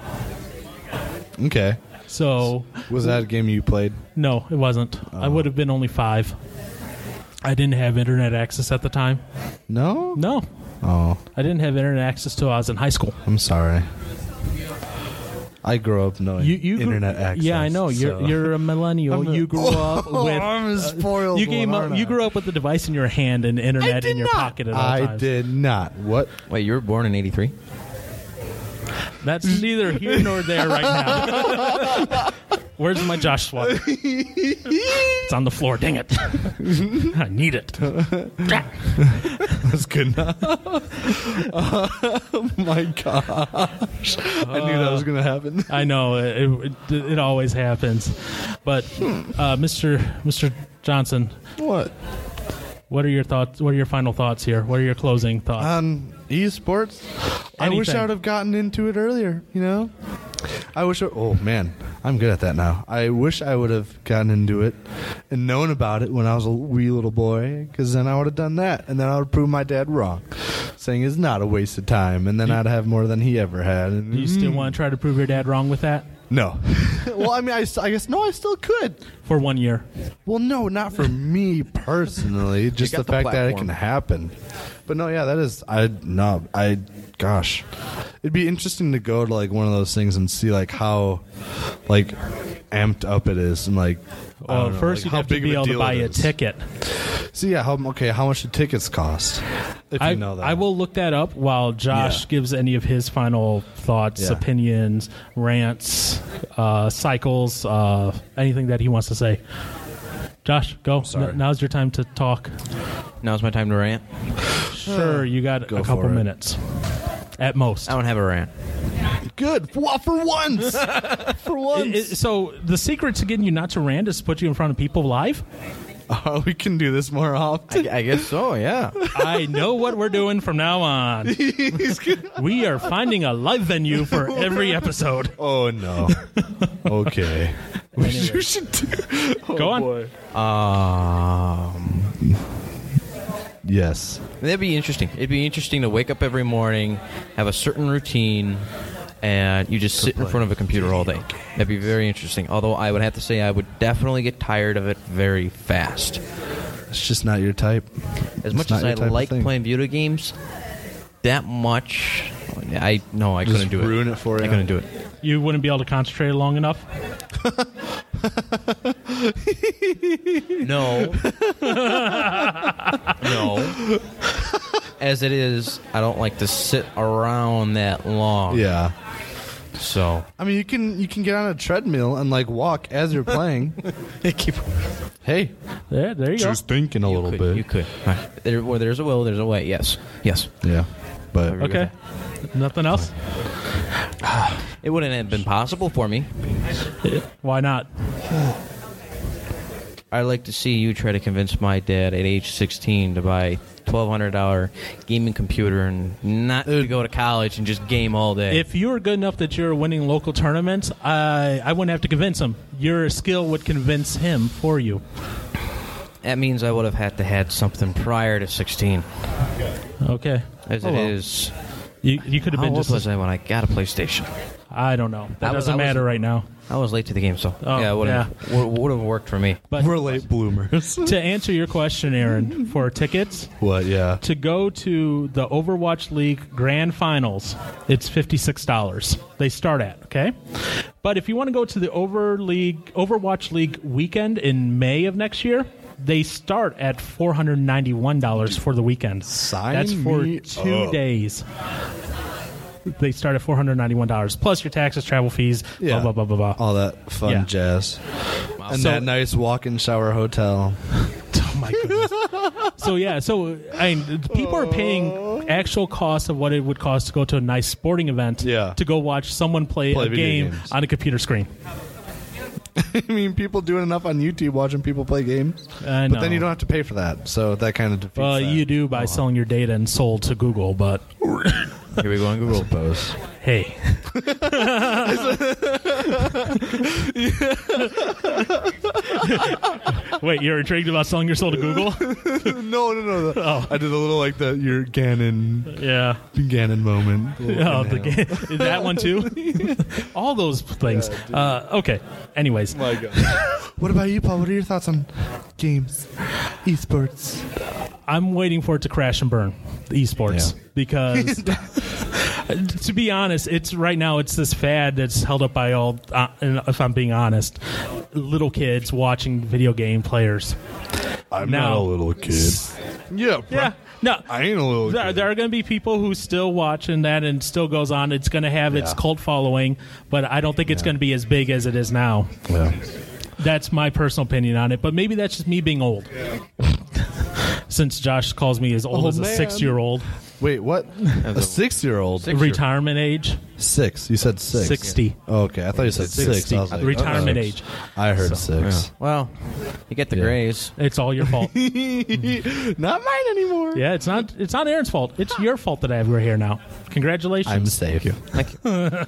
[SPEAKER 4] Okay.
[SPEAKER 3] So,
[SPEAKER 4] Was that a game you played?
[SPEAKER 3] no, it wasn't. I
[SPEAKER 5] Oh.
[SPEAKER 3] would have been only five. I didn't have internet access at the time.
[SPEAKER 4] No.
[SPEAKER 3] No,
[SPEAKER 4] Oh,
[SPEAKER 3] I didn't have internet access till I was in high school.
[SPEAKER 4] I'm sorry. I grew up knowing
[SPEAKER 3] You, you grew-
[SPEAKER 4] internet access.
[SPEAKER 3] Yeah, I know. You're
[SPEAKER 4] so-
[SPEAKER 3] you're a millennial.
[SPEAKER 4] I'm a-
[SPEAKER 3] you grew up
[SPEAKER 4] Oh,
[SPEAKER 3] with uh,
[SPEAKER 4] I'm a spoiled
[SPEAKER 3] you came
[SPEAKER 4] one,
[SPEAKER 3] up.
[SPEAKER 4] aren't
[SPEAKER 3] You
[SPEAKER 4] I?
[SPEAKER 3] grew up with the device in your hand and internet in your pocket at all
[SPEAKER 4] I
[SPEAKER 3] times.
[SPEAKER 4] did not. What?
[SPEAKER 5] Wait, you were born in 83?
[SPEAKER 3] That's neither here nor there right now. Where's my Josh sweater? it's on the floor. Dang it! I need it.
[SPEAKER 4] That's good enough. oh my gosh. I knew that was going to happen.
[SPEAKER 3] I know it, it, it always happens, but uh, Mr. Mr. Johnson,
[SPEAKER 4] What?
[SPEAKER 3] What are your thoughts? What are your final thoughts here? What are your closing thoughts?
[SPEAKER 4] on esports. I wish
[SPEAKER 3] Anything.
[SPEAKER 4] I would have gotten into it earlier. You know, I wish. I, oh man, I'm good at that now. I wish I would have gotten into it and known about it when I was a wee little boy, because then I would have done that, and then I would have proved my dad wrong, saying it's not a waste of time, and then I'd have more than he ever had. And,
[SPEAKER 3] Do you still want to try to prove your dad wrong with that
[SPEAKER 4] no. well, I mean, I, s- I guess no, I still could.
[SPEAKER 3] for one year?
[SPEAKER 4] Well, no, not for me personally. Just
[SPEAKER 5] got
[SPEAKER 4] the,
[SPEAKER 5] the
[SPEAKER 4] fact that it
[SPEAKER 5] platform.
[SPEAKER 4] can happen. But no, yeah, that is. I no, I gosh, it'd be interesting to go to like one of those things and see like how like amped up it is and like. I
[SPEAKER 3] Well,
[SPEAKER 4] don't know,
[SPEAKER 3] Uh, first
[SPEAKER 4] like,
[SPEAKER 3] you
[SPEAKER 4] how
[SPEAKER 3] have to
[SPEAKER 4] big
[SPEAKER 3] be
[SPEAKER 4] of
[SPEAKER 3] able to
[SPEAKER 4] deal
[SPEAKER 3] buy
[SPEAKER 4] it
[SPEAKER 3] a
[SPEAKER 4] is.
[SPEAKER 3] ticket.
[SPEAKER 4] So yeah, how okay? How much do tickets cost? If
[SPEAKER 3] I,
[SPEAKER 4] you know that,
[SPEAKER 3] I will look that up while Josh
[SPEAKER 4] Yeah.
[SPEAKER 3] gives any of his final thoughts,
[SPEAKER 4] Yeah.
[SPEAKER 3] opinions, rants, uh, cycles, uh, anything that he wants to say. Josh, go.
[SPEAKER 4] Sorry.
[SPEAKER 3] N- now's your time to talk.
[SPEAKER 5] Now's my time to rant.
[SPEAKER 3] Sure, you got
[SPEAKER 4] Uh, Go
[SPEAKER 3] a couple
[SPEAKER 4] for it.
[SPEAKER 3] minutes at most.
[SPEAKER 5] I don't have a rant.
[SPEAKER 4] Good for, for once. for once,
[SPEAKER 3] It- it- so the secret to getting you not to rant is to put you in front of people live.
[SPEAKER 4] Oh, we can do this more often.
[SPEAKER 5] I, I guess so. Yeah.
[SPEAKER 3] I know what we're doing from now on. we are finding a live venue for every episode.
[SPEAKER 4] oh no. okay. you should. Do, Oh,
[SPEAKER 3] Go on.
[SPEAKER 5] Um,
[SPEAKER 4] yes.
[SPEAKER 5] that'd be interesting. It'd be interesting to wake up every morning, have a certain routine, and you just sit in front of a computer all day. That'd be very interesting. Although I would have to say I would definitely get tired of it very fast.
[SPEAKER 4] It's just not your type.
[SPEAKER 5] As
[SPEAKER 4] It's
[SPEAKER 5] much
[SPEAKER 4] not
[SPEAKER 5] as
[SPEAKER 4] your
[SPEAKER 5] I
[SPEAKER 4] type of
[SPEAKER 5] like
[SPEAKER 4] thing.
[SPEAKER 5] playing video games, that much, I no, I
[SPEAKER 4] Just
[SPEAKER 5] couldn't do it.
[SPEAKER 4] ruin it for
[SPEAKER 5] I
[SPEAKER 4] you.
[SPEAKER 5] couldn't do it.
[SPEAKER 3] You wouldn't be able to concentrate long enough.
[SPEAKER 5] No. no. As it is, I don't like to sit around that long.
[SPEAKER 4] Yeah.
[SPEAKER 5] So
[SPEAKER 4] I mean, you can you can get on a treadmill and like walk as you're playing. hey,
[SPEAKER 3] There, there you go.
[SPEAKER 4] just thinking a little
[SPEAKER 5] could,
[SPEAKER 4] bit.
[SPEAKER 5] you could. All right. There, where there's a will, there's a way. Yes. Yes.
[SPEAKER 4] Yeah, but
[SPEAKER 3] Okay. Nothing else?
[SPEAKER 5] It wouldn't have been possible for me.
[SPEAKER 3] Why not?
[SPEAKER 5] I'd like to see you try to convince my dad at age 16 to buy $1,200 gaming computer and not to go to college and just game all day.
[SPEAKER 3] If you were good enough that you're winning local tournaments, I I wouldn't have to convince him. Your skill would convince him for you.
[SPEAKER 5] that means I would have had to had something prior to 16.
[SPEAKER 3] Okay.
[SPEAKER 5] As
[SPEAKER 4] well.
[SPEAKER 5] it is,
[SPEAKER 3] You, you could have
[SPEAKER 5] how
[SPEAKER 3] Oh, been
[SPEAKER 5] old
[SPEAKER 3] just.
[SPEAKER 5] was I when I got a PlayStation?
[SPEAKER 3] I don't know. That
[SPEAKER 5] I was-
[SPEAKER 3] doesn't
[SPEAKER 5] I was-
[SPEAKER 3] matter right now.
[SPEAKER 5] I was late to the game, so
[SPEAKER 3] Oh,
[SPEAKER 5] yeah, it would have would have worked for me.
[SPEAKER 3] But
[SPEAKER 4] we're late bloomers.
[SPEAKER 3] to answer your question, Aaron, for tickets,
[SPEAKER 4] what? Yeah.
[SPEAKER 3] Uh, to go to the Overwatch League Grand Finals, it's fifty-six dollars. They start at okay, but if you want to go to the Over League Overwatch League weekend in May of next year, they start at four hundred ninety-one dollars for the weekend.
[SPEAKER 4] Sign
[SPEAKER 3] That's for
[SPEAKER 4] me
[SPEAKER 3] two
[SPEAKER 4] up.
[SPEAKER 3] days. They start at four hundred ninety-one dollars plus your taxes, travel fees,
[SPEAKER 4] Yeah.
[SPEAKER 3] blah blah blah blah blah.
[SPEAKER 4] All that fun
[SPEAKER 3] Yeah.
[SPEAKER 4] jazz. And
[SPEAKER 3] So-
[SPEAKER 4] that nice walk-in shower hotel.
[SPEAKER 3] Oh my goodness. so yeah, so I mean, people are paying actual cost of what it would cost to go to a nice sporting event
[SPEAKER 4] Yeah.
[SPEAKER 3] to go watch someone play,
[SPEAKER 4] Play
[SPEAKER 3] a
[SPEAKER 4] video
[SPEAKER 3] game
[SPEAKER 4] games.
[SPEAKER 3] on a computer screen.
[SPEAKER 4] I mean, people do it enough on YouTube watching people play games,
[SPEAKER 3] I
[SPEAKER 4] but
[SPEAKER 3] know.
[SPEAKER 4] then you don't have to pay for that. So that kind of defeats
[SPEAKER 3] Well,
[SPEAKER 4] that.
[SPEAKER 3] you do by selling your data and sold to Google, but
[SPEAKER 5] Here we go on Google.
[SPEAKER 4] Suppose.
[SPEAKER 3] hey, wait, you're intrigued about selling your soul to Google?
[SPEAKER 4] No, no, no. no.
[SPEAKER 3] Oh.
[SPEAKER 4] I did a little like the your Ganon
[SPEAKER 3] yeah,
[SPEAKER 4] Ganon moment.
[SPEAKER 3] Oh, the game. that one too. All those things. uh, okay. Anyways,
[SPEAKER 4] What about you, Paul? What are your thoughts on games, esports?
[SPEAKER 3] I'm waiting for it to crash and burn the esports
[SPEAKER 4] Yeah.
[SPEAKER 3] because uh, to be honest it's right now it's this fad that's held up by all uh, and if I'm being honest little kids watching video game players
[SPEAKER 4] I'm
[SPEAKER 3] Now-
[SPEAKER 4] not a little kid. Yeah,
[SPEAKER 3] yeah no
[SPEAKER 4] I ain't a little
[SPEAKER 3] there,
[SPEAKER 4] kid.
[SPEAKER 3] there are going to be people who still watching that and still goes on it's going to have its
[SPEAKER 4] Yeah.
[SPEAKER 3] cult following but I don't think it's going to be as big as it is now
[SPEAKER 4] Yeah.
[SPEAKER 3] That's my personal opinion on it, but maybe that's just me being old. Since Josh calls me as old
[SPEAKER 4] Oh,
[SPEAKER 3] as a
[SPEAKER 4] man.
[SPEAKER 3] six year old.
[SPEAKER 4] Wait, what? A six-year-old?
[SPEAKER 5] Six-
[SPEAKER 3] Retirement age,
[SPEAKER 4] Six. You said six.
[SPEAKER 3] 60.
[SPEAKER 4] Oh, okay, I thought you said six. I was like,
[SPEAKER 3] Retirement
[SPEAKER 4] uh,
[SPEAKER 3] age.
[SPEAKER 4] I heard six.
[SPEAKER 5] Well, you get the grays.
[SPEAKER 3] It's all your fault.
[SPEAKER 4] Not mine anymore.
[SPEAKER 3] yeah, it's not. It's not Aaron's fault. It's your fault that I have your hair now. Congratulations.
[SPEAKER 4] I'm safe.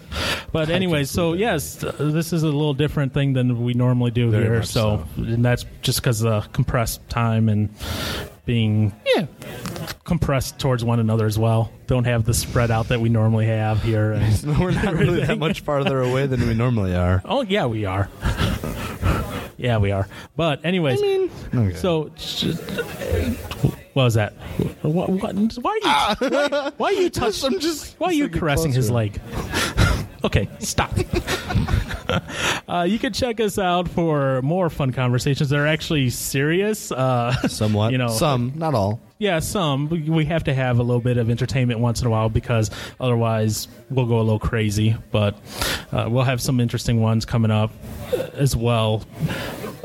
[SPEAKER 3] But anyway, so yes, uh, this is a little different thing than we normally do
[SPEAKER 4] Very
[SPEAKER 3] here.
[SPEAKER 4] much
[SPEAKER 3] So, and that's just because the compressed time and being yeah compressed towards one another as well. Don't have the spread out that we normally have here. And,
[SPEAKER 4] We're not really that much farther away than we normally are.
[SPEAKER 3] oh yeah, we are. yeah, we are. But anyways,
[SPEAKER 4] Okay.
[SPEAKER 3] so sh- what was that? What, what, why are you why, why are you touching?
[SPEAKER 4] Ah. I'm just.
[SPEAKER 3] Why are you
[SPEAKER 4] just get
[SPEAKER 3] caressing his
[SPEAKER 4] closer.
[SPEAKER 3] leg? okay, stop. uh, you can check us out for more fun conversations. They're actually serious. Uh,
[SPEAKER 4] Somewhat.
[SPEAKER 3] You know-
[SPEAKER 4] Some, not all.
[SPEAKER 3] yeah, some. We we have to have a little bit of entertainment once in a while because otherwise we'll go a little crazy. But uh, we'll have some interesting ones coming up as well.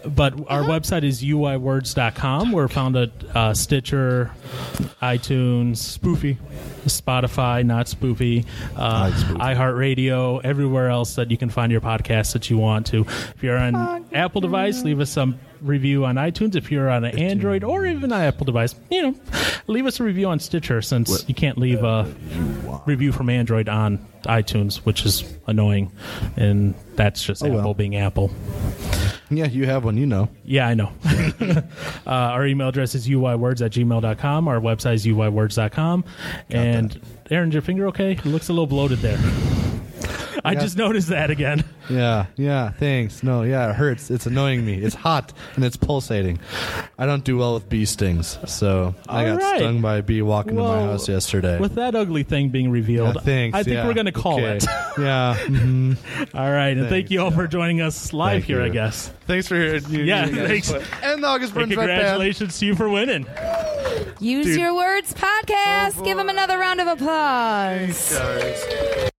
[SPEAKER 3] But our website is uiwords.com. We're found at uh, Stitcher, iTunes, Spoofy, Spotify, not Spoofy, uh,
[SPEAKER 4] like Spoofy.
[SPEAKER 3] iHeartRadio, everywhere else that you can find your podcast that you want to. If you're on Apple device, leave us some review on iTunes. If you're on an Android or even an Apple device, you know, leave us a review on Stitcher since uh, you can't leave a review from Android on iTunes, which is annoying, and that's just
[SPEAKER 4] well.
[SPEAKER 3] Apple being Apple.
[SPEAKER 4] Yeah, you have one, you know.
[SPEAKER 3] Yeah, I know. uh, our email address is uywords at gmail.com. Our website is uywords.com. and Aaron, is your finger okay? It looks a little bloated there. I
[SPEAKER 4] Yeah.
[SPEAKER 3] just noticed that again.
[SPEAKER 4] Yeah, yeah, thanks. No, yeah, it hurts. It's annoying me. It's hot and it's pulsating. I don't do well with bee stings, so I
[SPEAKER 3] All
[SPEAKER 4] got
[SPEAKER 3] right.
[SPEAKER 4] stung by a bee walking to my
[SPEAKER 3] Well,
[SPEAKER 4] house yesterday.
[SPEAKER 3] With that ugly thing being
[SPEAKER 4] yeah,
[SPEAKER 3] revealed,
[SPEAKER 4] thanks.
[SPEAKER 3] I think
[SPEAKER 4] yeah,
[SPEAKER 3] we're going to call
[SPEAKER 4] okay.
[SPEAKER 3] it.
[SPEAKER 4] yeah. mhm.
[SPEAKER 3] All right. And thank
[SPEAKER 4] Thanks,
[SPEAKER 3] you all for joining us live
[SPEAKER 4] Thank
[SPEAKER 3] here, I
[SPEAKER 4] you.
[SPEAKER 3] guess.
[SPEAKER 4] Thanks for your. your
[SPEAKER 3] Yeah,
[SPEAKER 4] your guys'
[SPEAKER 3] thanks.
[SPEAKER 4] play. And the August
[SPEAKER 3] And
[SPEAKER 4] Burns Red Band.
[SPEAKER 3] congratulations to you for winning.
[SPEAKER 2] Use Your Words podcast. Give him another round of applause.
[SPEAKER 4] Guys.